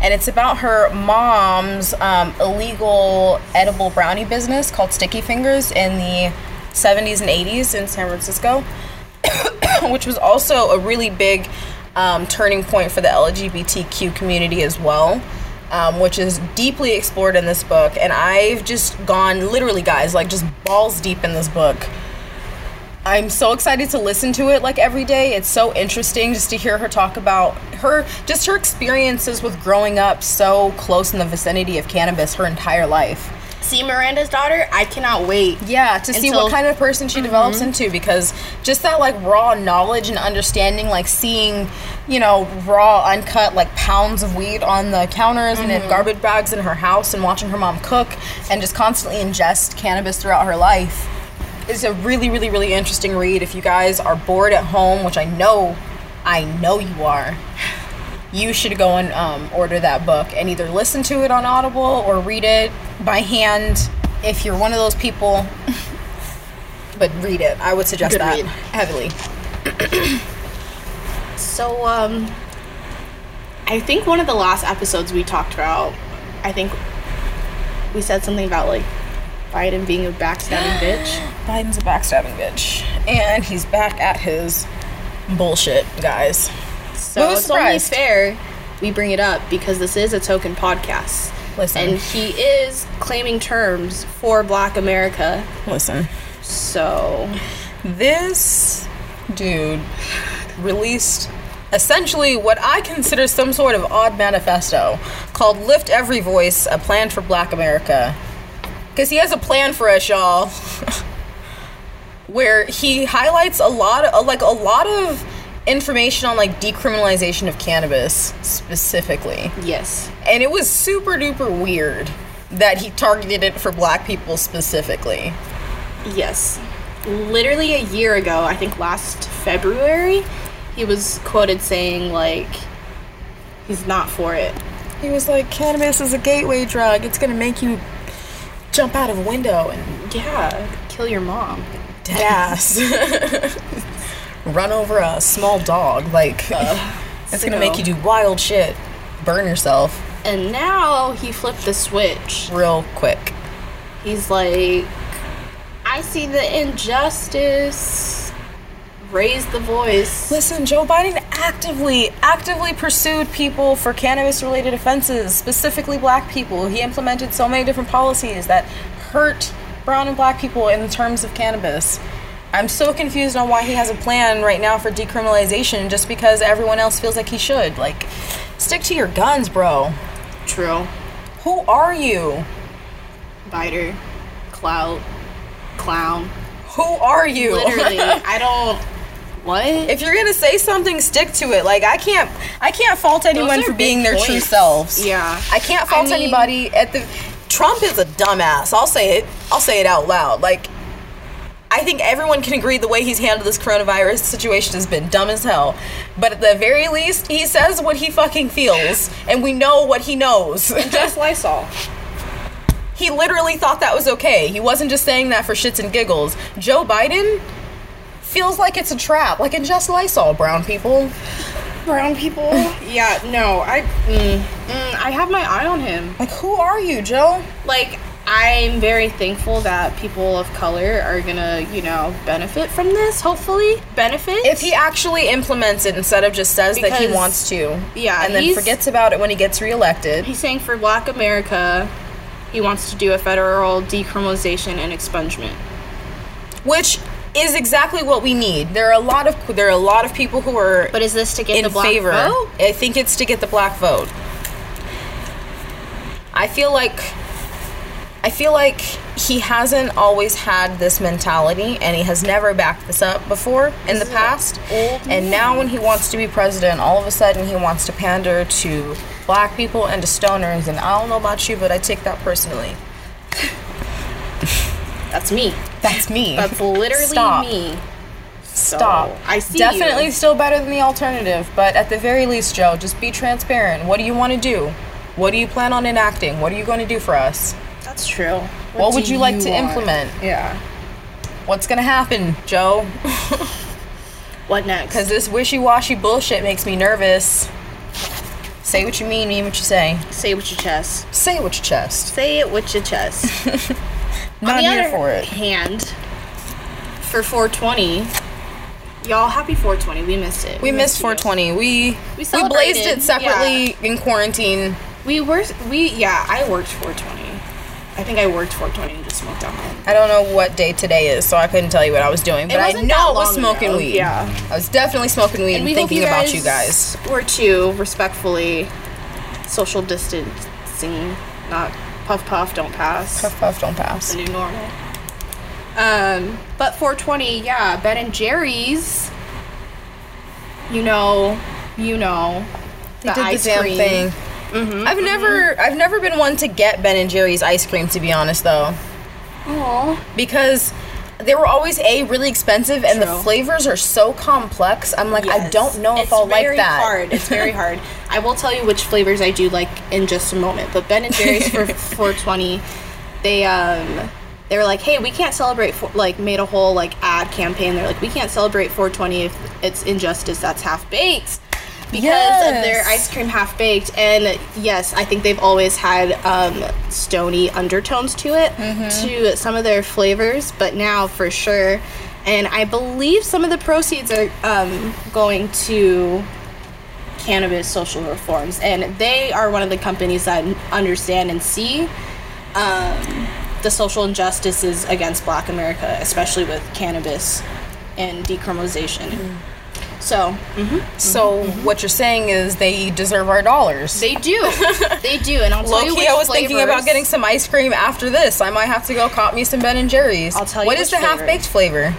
Speaker 1: And it's about her mom's um, illegal edible brownie business called Sticky Fingers in the 70s and 80s in San Francisco, which was also a really big um, turning point for the LGBTQ community as well. Um, which is deeply explored in this book, and I've just gone literally, guys, like just balls deep in this book. I'm so excited to listen to it like every day. It's so interesting just to hear her talk about her just her experiences with growing up so close in the vicinity of cannabis her entire life.
Speaker 2: See Miranda's daughter? I cannot wait.
Speaker 1: Yeah, to see
Speaker 2: Until-
Speaker 1: what kind of person she develops into because just that like raw knowledge and understanding, like seeing, you know, raw, uncut, like pounds of weed on the counters and in garbage bags in her house and watching her mom cook and just constantly ingest cannabis throughout her life is a really, really, really interesting read. If you guys are bored at home, which I know, I know you are. You should go and um, order that book and either listen to it on Audible or read it by hand if you're one of those people. but read it. I would suggest
Speaker 2: Good
Speaker 1: that
Speaker 2: read.
Speaker 1: heavily.
Speaker 2: So, um, I think one of the last episodes we talked about, I think we said something about like Biden being a backstabbing bitch.
Speaker 1: Biden's a backstabbing bitch, and he's back at his bullshit, guys.
Speaker 2: So
Speaker 1: Who was
Speaker 2: it's only
Speaker 1: surprised?
Speaker 2: fair we bring it up because this is a token podcast.
Speaker 1: Listen.
Speaker 2: And he is claiming terms for black America.
Speaker 1: Listen,
Speaker 2: So
Speaker 1: this dude released essentially what I consider some sort of odd manifesto called Lift Every Voice A Plan for Black America. Because he has a plan for us, y'all. where he highlights a lot of like a lot of information on like decriminalization of cannabis specifically
Speaker 2: yes.
Speaker 1: and it was super duper weird that he targeted it for black people specifically
Speaker 2: Yes. Literally a year ago, I think last February, he was quoted saying, like, he's not for it.
Speaker 1: He was like, cannabis is a gateway drug. It's gonna make you jump out of a window and
Speaker 2: Yeah, kill your mom.
Speaker 1: dead ass. Run over a small dog. Like, it's gonna make you do wild shit. Burn yourself
Speaker 2: And now he flipped the switch.
Speaker 1: real quick.
Speaker 2: He's like, I see the injustice. Raise the voice.
Speaker 1: Listen, Joe Biden actively, actively pursued people for cannabis related offenses, specifically black people. He implemented so many different policies that hurt brown and black people in terms of cannabis. I'm so confused on why he has a plan right now for decriminalization just because everyone else feels like he should. Like, stick to your guns, bro.
Speaker 2: True.
Speaker 1: Who are you?
Speaker 2: Biter. Clout. Clown.
Speaker 1: Who are you?
Speaker 2: Literally, I don't. What?
Speaker 1: if you're gonna say something, stick to it. Like I can't, I can't fault anyone
Speaker 2: are
Speaker 1: for
Speaker 2: big
Speaker 1: being their true
Speaker 2: points.
Speaker 1: selves.
Speaker 2: Yeah.
Speaker 1: I can't
Speaker 2: I
Speaker 1: fault
Speaker 2: mean-
Speaker 1: anybody at the. Trump is a dumbass. I'll say it. I'll say it out loud. Like, I think everyone can agree the way he's handled this coronavirus situation has been dumb as hell. But at the very least, he says what he fucking feels, and we know what he knows.
Speaker 2: Just Lysol.
Speaker 1: He literally thought that was okay. He wasn't just saying that for shits and giggles. Joe Biden feels like it's a trap, like in Just Lysol, brown people.
Speaker 2: brown people. yeah, no, I mm, mm, I have my eye on him.
Speaker 1: Like, who are you, Joe?
Speaker 2: Like I'm very thankful that people of color are gonna, you know, benefit from this. Hopefully, benefit.
Speaker 1: If he actually implements it instead of just says that he
Speaker 2: Because-
Speaker 1: wants to,
Speaker 2: yeah,
Speaker 1: and then
Speaker 2: he's-
Speaker 1: forgets about it when he gets reelected,
Speaker 2: he's saying for Black America, he wants to do a federal decriminalization and expungement.
Speaker 1: which is exactly what we need. There are a lot of there are a lot of people who are
Speaker 2: But is this to get
Speaker 1: in
Speaker 2: the black
Speaker 1: favor.
Speaker 2: vote?
Speaker 1: I think it's to get the black vote. I feel like I feel like he hasn't always had this mentality and he has never backed this up before in the past.
Speaker 2: old
Speaker 1: And now when he wants to be president, all of a sudden he wants to pander to black people and to stoners and I don't know about you, but I take that personally.
Speaker 2: That's me.
Speaker 1: That's me.
Speaker 2: That's literally
Speaker 1: Stop.
Speaker 2: me. So,
Speaker 1: Stop.
Speaker 2: Oh, I see. you.
Speaker 1: Definitely still better than the alternative, but at the very least, Joe, just be transparent. What do you want to do? What do you plan on enacting? What are you going to do for us?
Speaker 2: That's true. What,
Speaker 1: would
Speaker 2: do
Speaker 1: you like to
Speaker 2: want?
Speaker 1: implement?
Speaker 2: Yeah.
Speaker 1: What's going to happen, Joe?
Speaker 2: What next?
Speaker 1: Because this wishy washy bullshit makes me nervous. Say what you mean, mean what you say.
Speaker 2: say it with your chest.
Speaker 1: Say it with your chest.
Speaker 2: Say it with your chest.
Speaker 1: Not
Speaker 2: the
Speaker 1: here
Speaker 2: other
Speaker 1: for it.
Speaker 2: hand, for 420, y'all, happy 420. We missed it.
Speaker 1: We missed
Speaker 2: you.
Speaker 1: 420. We
Speaker 2: We
Speaker 1: we, blazed
Speaker 2: celebrated,
Speaker 1: it separately in quarantine.
Speaker 2: We were, we, yeah, I worked 420. I think I worked 420 and just smoked alcohol.
Speaker 1: I don't know what day today is, so I couldn't tell you what I was doing. But I
Speaker 2: wasn't
Speaker 1: know
Speaker 2: that
Speaker 1: I was
Speaker 2: long
Speaker 1: smoking
Speaker 2: ago.
Speaker 1: weed.
Speaker 2: Yeah.
Speaker 1: I was definitely smoking weed and, thinking about you guys.
Speaker 2: Or two, respectfully, social distancing, not puff puff, don't pass.
Speaker 1: Puff puff, don't pass.
Speaker 2: the new normal. Um, but 420, yeah, Ben and Jerry's. You know, you know,
Speaker 1: They did the damn thing.
Speaker 2: Mm-hmm.
Speaker 1: I've never, I've never been one to get Ben and Jerry's ice cream, to be honest, though,
Speaker 2: Aw.
Speaker 1: because they were always a really expensive, and the
Speaker 2: True.
Speaker 1: flavors are so complex. I'm like, I
Speaker 2: Yes.
Speaker 1: don't know if
Speaker 2: It's
Speaker 1: I'll like
Speaker 2: very
Speaker 1: that.
Speaker 2: Hard. It's very hard. I will tell you which flavors I do like in just a moment. But Ben and Jerry's for 420, they um they were like, hey, we can't celebrate. For, like made a whole like ad campaign. They're like, we can't celebrate 420 if it's injustice that's half baked. Because of their
Speaker 1: Yes.
Speaker 2: ice cream half baked, and yes, I think they've always had um, stony undertones to it, to some of their flavors, but now for sure. And I believe some of the proceeds are um, going to cannabis social reforms, and they are one of the companies that understand and see um, the social injustices against Black America, especially with cannabis and decriminalization. So mm-hmm.
Speaker 1: So what you're saying is they deserve our dollars.
Speaker 2: they do, they do, and I'll tell you
Speaker 1: Loki,
Speaker 2: which
Speaker 1: I was thinking
Speaker 2: flavors-
Speaker 1: about getting some ice cream after this. I might have to go cop me some Ben and Jerry's.
Speaker 2: I'll tell you
Speaker 1: What is
Speaker 2: which
Speaker 1: the
Speaker 2: flavor.
Speaker 1: half baked flavor?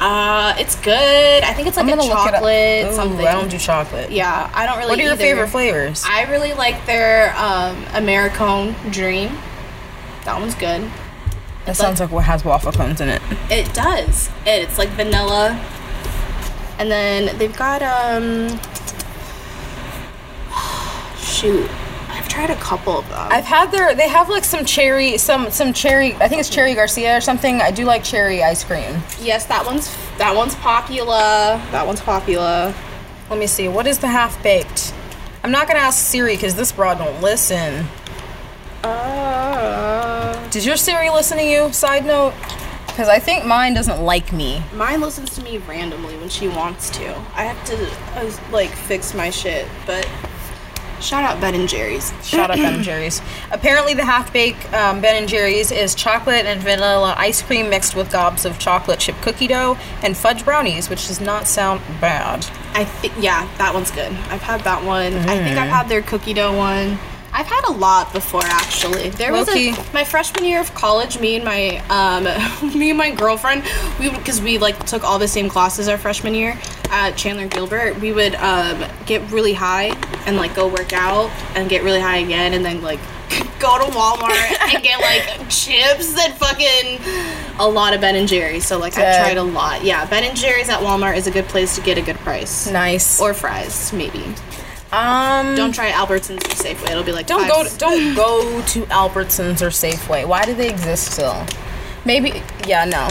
Speaker 2: Uh, it's good. I think it's like a chocolate
Speaker 1: it up. Ooh,
Speaker 2: something.
Speaker 1: I don't do chocolate.
Speaker 2: Yeah, I don't really.
Speaker 1: What are your
Speaker 2: either.
Speaker 1: favorite flavors?
Speaker 2: I really like their um, Americone Dream. That one's good.
Speaker 1: that sounds like what has waffle cones in it.
Speaker 2: It does. It's like vanilla. And then they've got um shoot. I've tried a couple of them.
Speaker 1: I've had their they have like some cherry some some cherry I think it's cherry Garcia or something. I do like cherry ice cream.
Speaker 2: yes, that one's that one's popular. That one's popular.
Speaker 1: Let me see. What is the half baked? I'm not gonna ask Siri because this broad don't listen.
Speaker 2: Uh,
Speaker 1: Does your Siri listen to you? Side note, because I think mine doesn't like me.
Speaker 2: mine listens to me randomly when she wants to. I have to uh, like fix my shit, but shout out Ben and Jerry's.
Speaker 1: Shout out Ben and Jerry's. Apparently, the half baked um, Ben and Jerry's is chocolate and vanilla ice cream mixed with gobs of chocolate chip cookie dough and fudge brownies, which does not sound bad.
Speaker 2: I think yeah, that one's good. I've had that one. I think I've had their cookie dough one. I've had a lot before actually. There was a,
Speaker 1: Low-key.
Speaker 2: my freshman year of college. Me and my um, me and my girlfriend, we because we like took all the same classes our freshman year at Chandler Gilbert. We would um, get really high and like go work out and get really high again and then like go to Walmart and get like chips and fucking a lot of Ben and Jerry's. So like I've
Speaker 1: Dead.
Speaker 2: tried a lot. Yeah, Ben and Jerry's at Walmart is a good place to get a good price
Speaker 1: Nice. Or
Speaker 2: or fries maybe.
Speaker 1: um,
Speaker 2: Don't try Albertsons or Safeway. It'll be like
Speaker 1: Don't
Speaker 2: five-
Speaker 1: go. To, don't go to Albertsons or Safeway. Why do they exist still? Maybe. Yeah. No.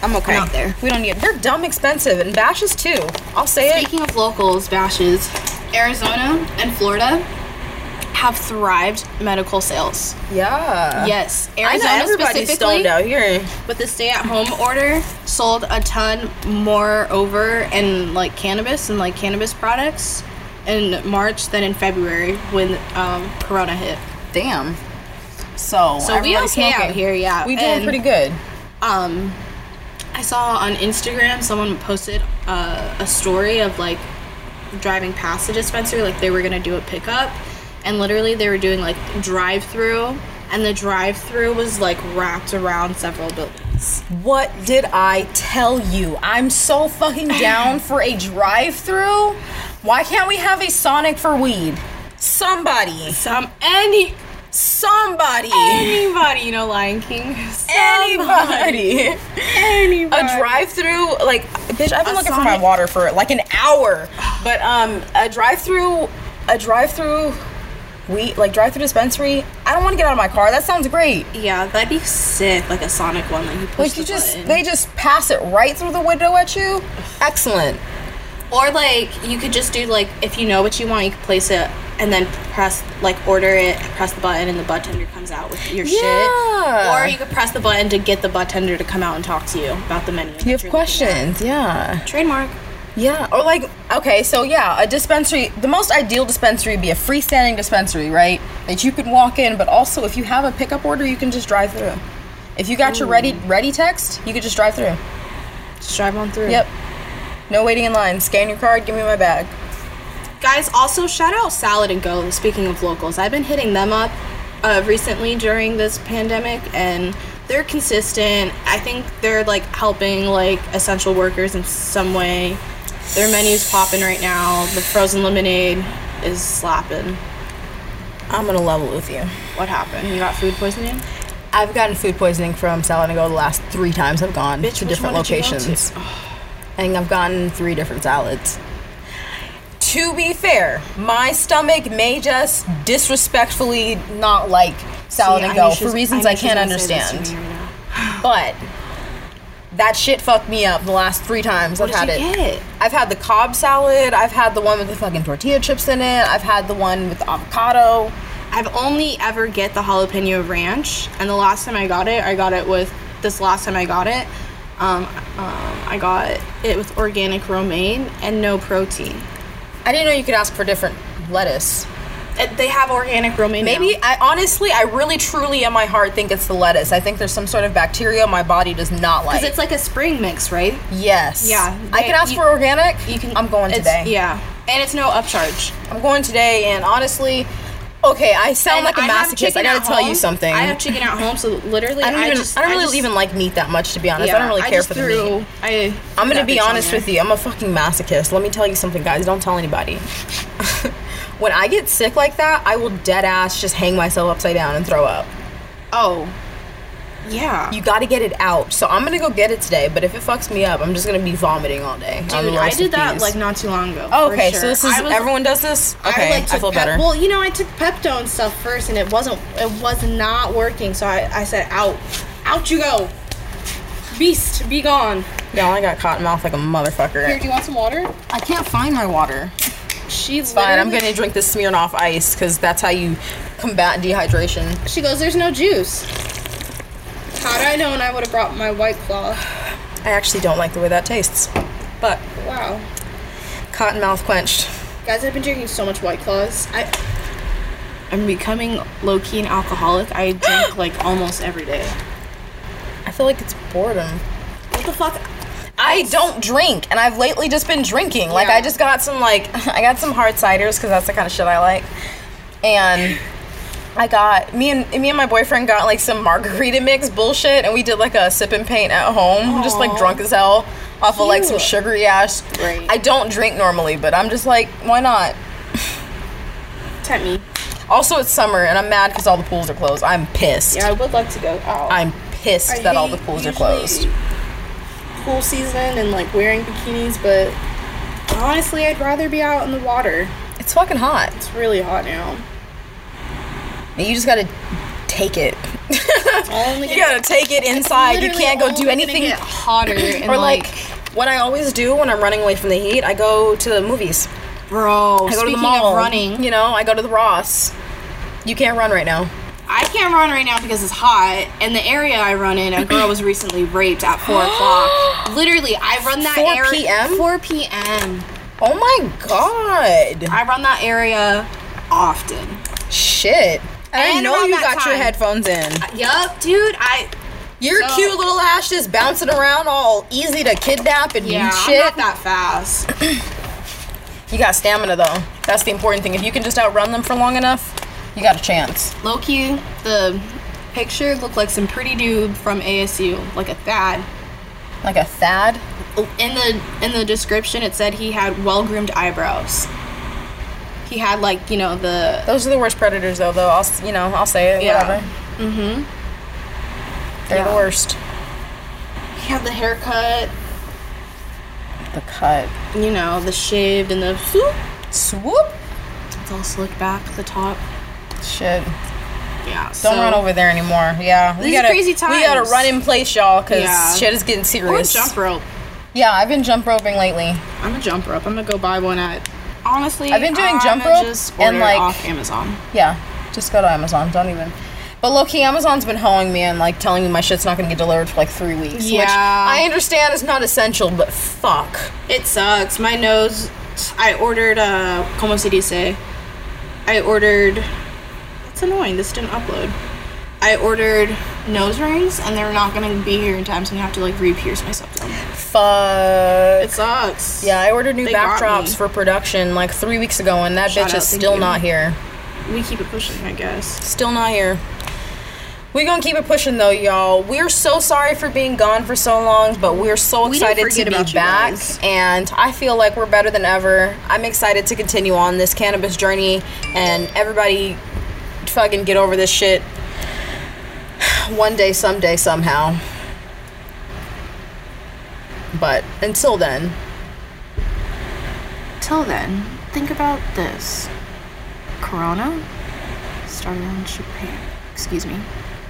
Speaker 1: I'm okay.
Speaker 2: Not there.
Speaker 1: We don't need. They're dumb expensive and bashes too. I'll say it.
Speaker 2: Speaking of locals, bashes, Arizona and Florida have thrived medical sales.
Speaker 1: Yeah.
Speaker 2: Yes,
Speaker 1: I know
Speaker 2: Arizona
Speaker 1: everybody's
Speaker 2: specifically
Speaker 1: stoned out here.
Speaker 2: with the stay-at-home order sold a ton more over and like cannabis and like cannabis products in March than in February when um, Corona hit.
Speaker 1: Damn. So.
Speaker 2: So we
Speaker 1: everybody's
Speaker 2: okay out
Speaker 1: smoking.
Speaker 2: here, yeah.
Speaker 1: We doing
Speaker 2: and-
Speaker 1: pretty good.
Speaker 2: um i saw on instagram someone posted uh, a story of like driving past the dispensary like they were gonna do a pickup and literally they were doing like drive through and the drive through was like wrapped around several buildings
Speaker 1: What did I tell you? I'm so fucking down for a drive through. Why can't we have a Sonic for weed? Somebody.
Speaker 2: some any
Speaker 1: Somebody.
Speaker 2: anybody you know lion king
Speaker 1: Anybody.
Speaker 2: anybody
Speaker 1: A drive through, like, bitch, I've been
Speaker 2: A
Speaker 1: looking for my
Speaker 2: Sonic.
Speaker 1: water for like an hour. But um, a drive through, a drive through, we like drive through dispensary. I don't want to get out of my car. That sounds great.
Speaker 2: yeah that'd be sick like a sonic one like you push
Speaker 1: Like you
Speaker 2: the
Speaker 1: just,
Speaker 2: button.
Speaker 1: they just pass it right through the window at you. Excellent.
Speaker 2: Or like you could just do like if you know what you want, you could place it and then press like order it, press the button, and the bartender comes out with your shit.
Speaker 1: Yeah.
Speaker 2: Or you could press the button to get the bartender to come out and talk to you about the menu. that
Speaker 1: You have
Speaker 2: you're looking at.
Speaker 1: questions, yeah.
Speaker 2: Trademark.
Speaker 1: Yeah, or like, okay, so yeah, a dispensary, the most ideal dispensary would be a freestanding dispensary, right? That you can walk in, but also if you have a pickup order, you can just drive through. If you got your ready ready text, you could just drive through.
Speaker 2: Just drive on through.
Speaker 1: Yep. No waiting in line. Scan your card, give me my bag.
Speaker 2: Guys, also shout out Salad and Go. Speaking of locals, I've been hitting them up uh, recently during this pandemic, and they're consistent. I think they're like helping like essential workers in some way. Their menu's popping right now. The frozen lemonade is slapping.
Speaker 1: I'm gonna level with you.
Speaker 2: What happened? You got food poisoning?
Speaker 1: I've gotten food poisoning from Salad and Go the last three times I've gone to
Speaker 2: which
Speaker 1: different
Speaker 2: one did you go to?
Speaker 1: locations. And I've gotten three different salads. To be fair, my stomach may just disrespectfully not like salad
Speaker 2: See,
Speaker 1: and
Speaker 2: I
Speaker 1: go
Speaker 2: knew she
Speaker 1: for
Speaker 2: was-
Speaker 1: reasons
Speaker 2: knew
Speaker 1: I
Speaker 2: she
Speaker 1: can't
Speaker 2: was gonna say this to
Speaker 1: understand.
Speaker 2: me right now.
Speaker 1: But that shit fucked me up the last three times
Speaker 2: What
Speaker 1: I've had
Speaker 2: did you
Speaker 1: it.
Speaker 2: get?
Speaker 1: I've had the Cobb salad. I've had the one with the fucking tortilla chips in it. I've had the one with the avocado.
Speaker 2: I've only ever get the jalapeno ranch, and the last time I got it, I got it with this last time I got it. Um, um, I got it with organic romaine and no protein.
Speaker 1: I didn't know you could ask for different lettuce. Uh,
Speaker 2: It, they have organic romaine. now.
Speaker 1: Maybe I honestly, I really, truly, in my heart, think it's the lettuce. I think there's some sort of bacteria my body does not like.
Speaker 2: because it's like a spring mix, right?
Speaker 1: yes.
Speaker 2: Yeah,
Speaker 1: I
Speaker 2: they-
Speaker 1: can ask
Speaker 2: you-
Speaker 1: for organic. I'm going
Speaker 2: it's-
Speaker 1: today.
Speaker 2: Yeah, and it's no upcharge.
Speaker 1: I'm going today, and honestly, okay, I sound
Speaker 2: And
Speaker 1: like a
Speaker 2: have
Speaker 1: masochist.
Speaker 2: chicken
Speaker 1: I gotta
Speaker 2: at
Speaker 1: tell
Speaker 2: home.
Speaker 1: you something.
Speaker 2: I have chicken at home, so literally,
Speaker 1: I don't even.
Speaker 2: just,
Speaker 1: I don't really
Speaker 2: just-
Speaker 1: even like meat that much, to be honest. I don't
Speaker 2: yeah,
Speaker 1: really care
Speaker 2: just
Speaker 1: for the meat.
Speaker 2: threw- I.
Speaker 1: I'm gonna be honest with you. I'm a fucking masochist. Let me tell you something, guys. Don't tell anybody. when I get sick like that, I will dead ass just hang myself upside down and throw up.
Speaker 2: Oh, yeah.
Speaker 1: You got to get it out. So I'm gonna go get it today. But if it fucks me up, I'm just gonna be vomiting all day. on the
Speaker 2: Dude, I
Speaker 1: lowest
Speaker 2: did
Speaker 1: of
Speaker 2: that
Speaker 1: peas.
Speaker 2: like not too long ago.
Speaker 1: Oh,
Speaker 2: for
Speaker 1: okay,
Speaker 2: sure.
Speaker 1: so this is
Speaker 2: I was-
Speaker 1: everyone does this. Okay, I,
Speaker 2: like, took
Speaker 1: feel
Speaker 2: Pep-
Speaker 1: better.
Speaker 2: Well, you know, I took Pepto and stuff first, and it wasn't it was not working. So I, I said, out, out you go, beast, be gone.
Speaker 1: yeah, I got cotton mouth like a motherfucker.
Speaker 2: Here, do you want some water?
Speaker 1: I can't find my water.
Speaker 2: She it's
Speaker 1: Fine, I'm gonna drink this Smirnoff Ice because that's how you combat dehydration.
Speaker 2: She goes, there's no juice. Had I known, I would have brought my white claw.
Speaker 1: I actually don't like the way that tastes, but
Speaker 2: Wow,
Speaker 1: cotton mouth quenched.
Speaker 2: guys, I've been drinking so much white claws. I. I'm becoming low key an alcoholic. I drink like almost every day.
Speaker 1: I feel like it's boredom.
Speaker 2: What the fuck?
Speaker 1: I don't drink, and I've lately just been drinking. Like
Speaker 2: Yeah.
Speaker 1: I just got some like I got some hard ciders because that's the kind of shit I like, and I got me and me and my boyfriend got like some margarita mix bullshit, and we did like a sip and paint at home, just like
Speaker 2: Aw.
Speaker 1: drunk as hell off of like some
Speaker 2: Cute.
Speaker 1: sugary ass.
Speaker 2: Right.
Speaker 1: I don't drink normally, but I'm just like, why not?
Speaker 2: Tempt me.
Speaker 1: Also, it's summer, and I'm mad because all the pools are closed. I'm pissed.
Speaker 2: Yeah, I would like to go out.
Speaker 1: I'm pissed
Speaker 2: I
Speaker 1: that all the
Speaker 2: hate
Speaker 1: pools are
Speaker 2: usually
Speaker 1: closed.
Speaker 2: Pool season and like wearing bikinis, but honestly, I'd rather be out in the water.
Speaker 1: It's fucking hot.
Speaker 2: It's really hot now.
Speaker 1: You just gotta take it.
Speaker 2: Only
Speaker 1: You gotta take it inside. You
Speaker 2: literally
Speaker 1: can't go
Speaker 2: only
Speaker 1: do
Speaker 2: gonna
Speaker 1: anything.
Speaker 2: get hotter and
Speaker 1: or like, what I always do when I'm running away from the heat, I go to the movies.
Speaker 2: bro.
Speaker 1: I go
Speaker 2: speaking
Speaker 1: to the mall.
Speaker 2: of running,
Speaker 1: you know, I go to the Ross. You can't run right now.
Speaker 2: I can't run right now because it's hot. And the area I run in, a girl was recently raped at four o'clock. Literally, I run that
Speaker 1: 4
Speaker 2: area.
Speaker 1: p.m.?
Speaker 2: Four p.m.
Speaker 1: Oh my god!
Speaker 2: I run that area often.
Speaker 1: Shit! I
Speaker 2: And
Speaker 1: know
Speaker 2: around
Speaker 1: you
Speaker 2: that
Speaker 1: got your
Speaker 2: time.
Speaker 1: headphones in.
Speaker 2: Yup, dude. I
Speaker 1: Your
Speaker 2: So-
Speaker 1: cute little ass just bouncing around, all easy to kidnap and
Speaker 2: yeah, I'm
Speaker 1: shit.
Speaker 2: not that fast.
Speaker 1: you got stamina though. That's the important thing. If you can just outrun them for long enough, you got a chance.
Speaker 2: Loki, the picture looked like some pretty dude from ASU, like a Thad.
Speaker 1: Like a Thad.
Speaker 2: In the in the description, it said he had well-groomed eyebrows. He had like you know the
Speaker 1: Those are the worst predators, though. Though I'll, s- you know, I'll say it.
Speaker 2: Yeah.
Speaker 1: Whatever. Mm-hmm. They're
Speaker 2: Yeah.
Speaker 1: the worst.
Speaker 2: he had the haircut,
Speaker 1: The cut.
Speaker 2: you know the shaved and the swoop.
Speaker 1: Swoop.
Speaker 2: It's all slicked back at the top.
Speaker 1: Shit.
Speaker 2: Yeah.
Speaker 1: Don't run over there anymore. Yeah.
Speaker 2: These are crazy
Speaker 1: We gotta
Speaker 2: times.
Speaker 1: run in place, y'all, because
Speaker 2: Yeah.
Speaker 1: shit is getting
Speaker 2: Or
Speaker 1: serious.
Speaker 2: jump rope.
Speaker 1: Yeah, I've been jump roping lately.
Speaker 2: I'm a jump rope. I'm gonna go buy one at. Honestly,
Speaker 1: I've been doing
Speaker 2: I'ma
Speaker 1: jump rope
Speaker 2: just
Speaker 1: and,
Speaker 2: order it
Speaker 1: like-
Speaker 2: off Amazon.
Speaker 1: Yeah, just go to Amazon. Don't even. But low key, Amazon's been hoeing me and like telling me my shit's not gonna get delivered for like three weeks.
Speaker 2: Yeah.
Speaker 1: Which I understand is not essential, but fuck.
Speaker 2: It sucks. My nose. I ordered. Uh, como se dice? I ordered. That's annoying. This didn't upload. I ordered nose rings, and they're not gonna be here in time, so I'm gonna have to like re-pierce myself. Down.
Speaker 1: Fuck.
Speaker 2: It sucks.
Speaker 1: Yeah, I ordered new
Speaker 2: They got me.
Speaker 1: backdrops for production like three weeks ago, and that
Speaker 2: Shout
Speaker 1: bitch
Speaker 2: out,
Speaker 1: is
Speaker 2: thank
Speaker 1: still
Speaker 2: you.
Speaker 1: not here.
Speaker 2: We keep it pushing, I guess.
Speaker 1: Still not here. We gonna keep it pushing though, y'all. We're so sorry for being gone for so long, but we're so
Speaker 2: We didn't
Speaker 1: excited to
Speaker 2: forget about
Speaker 1: be
Speaker 2: you
Speaker 1: back.
Speaker 2: guys.
Speaker 1: And I feel like we're better than ever. I'm excited to continue on this cannabis journey, and everybody, fucking get over this shit. One day, someday, somehow. But until then,
Speaker 2: Till then, think about this. Corona started in Japan. Excuse me.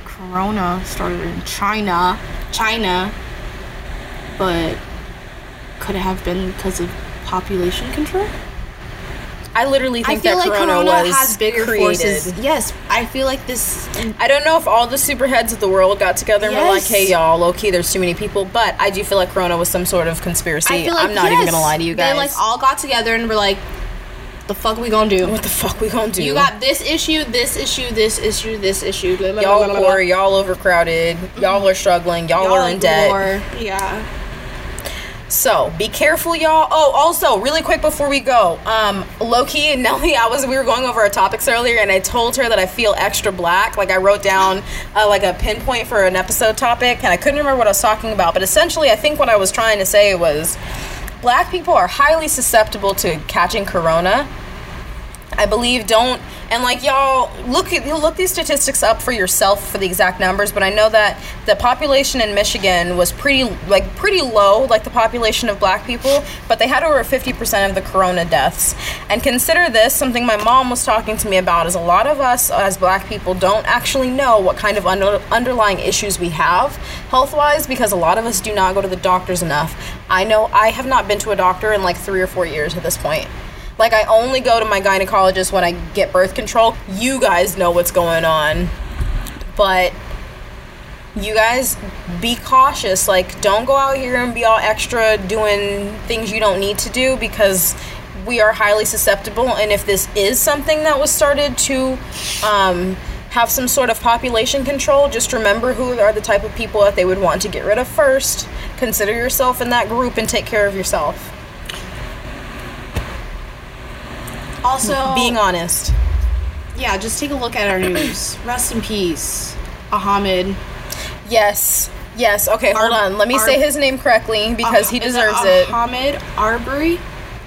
Speaker 2: Corona started in China. China. But could it have been because of population control?
Speaker 1: I literally think that Corona, was created.
Speaker 2: Yes, I feel like this.
Speaker 1: I don't know if all the superheads of the world got together and were like,
Speaker 2: Yes.
Speaker 1: "Hey, y'all, low key, there's too many people." But I do feel like Corona was some sort of conspiracy.
Speaker 2: I feel like
Speaker 1: I'm not even
Speaker 2: yes,
Speaker 1: gonna lie to you guys.
Speaker 2: They like all got together and were like, "The fuck we gonna do?"
Speaker 1: what the fuck we gonna do?
Speaker 2: You got this issue, this issue, this issue, this issue. Blah, blah, blah,
Speaker 1: y'all
Speaker 2: blah, blah, blah.
Speaker 1: poor, y'all overcrowded, y'all are struggling, y'all, are in debt.
Speaker 2: poor. Yeah.
Speaker 1: So be careful, y'all. Oh, also, really quick before we go, um, Loki and Nelly, I was we were going over our topics earlier, and I told her that I feel extra black. Like I wrote down uh, like a pinpoint for an episode topic, and I couldn't remember what I was talking about. But essentially, I think what I was trying to say was, black people are highly susceptible to catching corona. I believe don't and like y'all look at look these statistics up for yourself for the exact numbers, but I know that the population in Michigan was pretty like pretty low, like the population of black people, but they had over 50% of the corona deaths. And consider this something my mom was talking to me about is a lot of us as black people don't actually know what kind of under, underlying issues we have health-wise because a lot of us do not go to the doctors enough. I know I have not been to a doctor in like 3 or 4 years at this point. Like I only go to my gynecologist when I get birth control. You guys know what's going on. But you guys be cautious. Like don't go out here and be all extra doing things you don't need to do because we are highly susceptible and if this is something that was started to um have some sort of population control, just remember who are the type of people that they would want to get rid of first. Consider yourself in that group and take care of yourself.
Speaker 2: Also,
Speaker 1: Being honest.
Speaker 2: yeah, just take a look at our news. Rest in peace, Ahmed.
Speaker 1: Yes. Yes. Okay, hold
Speaker 2: Ar-
Speaker 1: on. Let me
Speaker 2: Ar-
Speaker 1: say his name correctly because he
Speaker 2: Ah- is
Speaker 1: deserves it.
Speaker 2: Ahmed Arbery.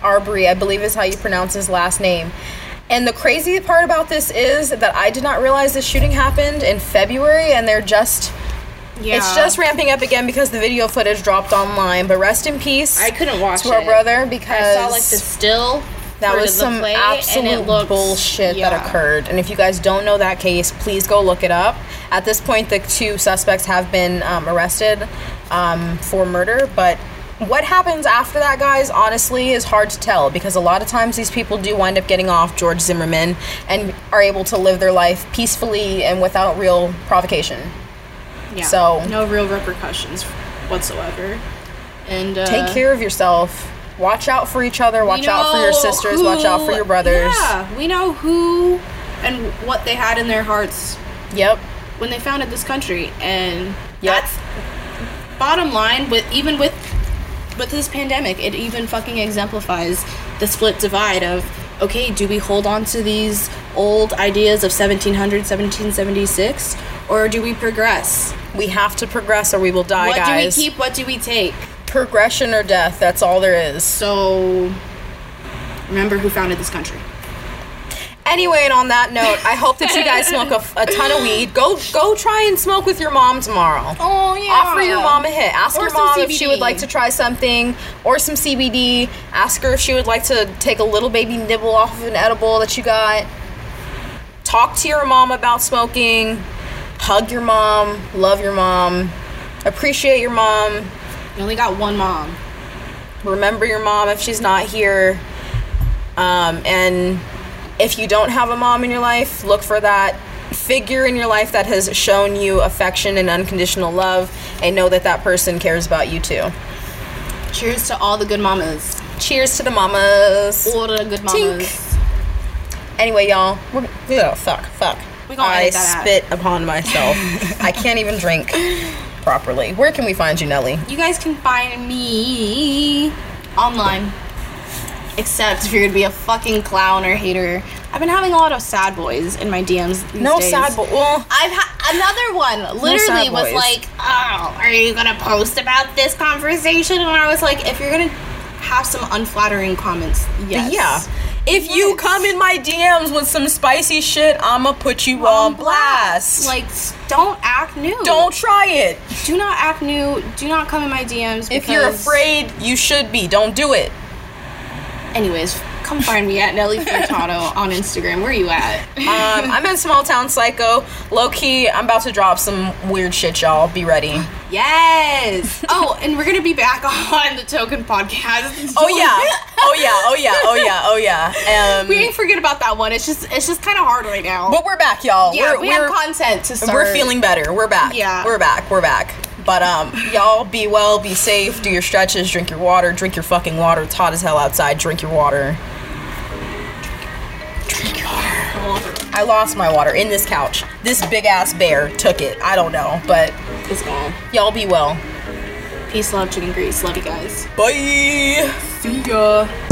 Speaker 1: Arbery, I believe is how you pronounce his last name. And the crazy part about this is that I did not realize this shooting happened in February and they're just
Speaker 2: Yeah.
Speaker 1: it's just ramping up again because the video footage dropped online. But rest in peace.
Speaker 2: I couldn't watch
Speaker 1: to our
Speaker 2: it.
Speaker 1: brother because
Speaker 2: I saw like the still.
Speaker 1: that
Speaker 2: for
Speaker 1: was
Speaker 2: the
Speaker 1: some
Speaker 2: play, and it
Speaker 1: absolute
Speaker 2: looks-
Speaker 1: bullshit
Speaker 2: yeah.
Speaker 1: that occurred. And if you guys don't know that case, please go look it up. At this point, the two suspects have been um, arrested um, for murder, but. What happens after that, guys, honestly, is hard to tell because a lot of times these people do wind up getting off George Zimmerman and are able to live their life peacefully and without real provocation.
Speaker 2: Yeah.
Speaker 1: So-
Speaker 2: no real repercussions whatsoever. And uh,
Speaker 1: Take care of yourself. Watch out for each other.
Speaker 2: we
Speaker 1: Watch out for your
Speaker 2: know
Speaker 1: sisters. watch out for
Speaker 2: who-
Speaker 1: your brothers.
Speaker 2: Yeah, we know who and what they had in their hearts
Speaker 1: Yep.
Speaker 2: when they founded this country and
Speaker 1: Yep.
Speaker 2: that's bottom line with even with with this pandemic it even fucking exemplifies the split divide of okay do we hold on to these old ideas of 1700 1776 or do we progress
Speaker 1: We have to progress or we will die,
Speaker 2: what
Speaker 1: guys.
Speaker 2: do we keep what do we take
Speaker 1: Progression or death, that's all there is.
Speaker 2: so remember who founded this country
Speaker 1: Anyway, and on that note, I hope that you guys smoke a, a ton of weed. Go go try and smoke with your mom tomorrow.
Speaker 2: oh yeah
Speaker 1: Offer your mom a hit. Ask
Speaker 2: Or
Speaker 1: your
Speaker 2: some
Speaker 1: mom if she would
Speaker 2: CBD.
Speaker 1: like to try something or some CBD. Ask her if she would like to take a little baby nibble off of an edible that you got. Talk to your mom about smoking. Hug your mom. Love your mom. Appreciate your mom.
Speaker 2: you only got one mom
Speaker 1: remember your mom if she's not here. Um, and if you don't have a mom in your life, look for that figure in your life that has shown you affection and unconditional love and know that that person cares about you too.
Speaker 2: Cheers to all the good mamas.
Speaker 1: Cheers to the mamas.
Speaker 2: All the good mamas.
Speaker 1: Tink. Anyway, y'all, we're yeah, fuck, fuck.
Speaker 2: We gonna
Speaker 1: I
Speaker 2: edit that out.
Speaker 1: spit upon myself. I can't even drink properly. Where can we find you, Nelly?
Speaker 2: You guys can find me online. Except if you're gonna be a fucking clown or hater. I've been having a lot of sad boys in my DMs. These
Speaker 1: No
Speaker 2: days.
Speaker 1: sad, but well,
Speaker 2: I've had another one. Literally
Speaker 1: sad
Speaker 2: was
Speaker 1: boys.
Speaker 2: like, "Oh, are you gonna post about this conversation?" And I was like, "If you're gonna have some unflattering comments, yes,
Speaker 1: yeah. If you come in my DMs with some spicy shit, I'ma put you on blast.
Speaker 2: Like, don't act new.
Speaker 1: don't try it.
Speaker 2: do not act new. Do not come in my DMs.
Speaker 1: If you're
Speaker 2: because-
Speaker 1: afraid, you should be. Don't do it.
Speaker 2: anyways, come find me at Nelly Furtado on Instagram. Where are you at?
Speaker 1: Um, I'm in Small Town Psycho. Low key, I'm about to drop some weird shit, y'all. Be ready.
Speaker 2: Yes. Oh, and we're gonna be back on the Token Podcast.
Speaker 1: Oh yeah. Oh yeah. Oh yeah. Oh yeah. Oh yeah. Um,
Speaker 2: we ain't forget about that one. It's just it's just kind of hard right now.
Speaker 1: but we're back, y'all.
Speaker 2: yeah,
Speaker 1: we're,
Speaker 2: we
Speaker 1: we're,
Speaker 2: have content to start.
Speaker 1: we're feeling better. We're back.
Speaker 2: Yeah.
Speaker 1: We're back. We're back. But um, y'all be well, be safe, do your stretches, drink your water, drink your fucking water. It's hot as hell outside. Drink your water. I lost my water in this couch. This big ass bear took it. I don't know, but
Speaker 2: It's gone.
Speaker 1: y'all be well.
Speaker 2: Peace, love, chicken grease. Love you guys.
Speaker 1: Bye.
Speaker 2: See ya.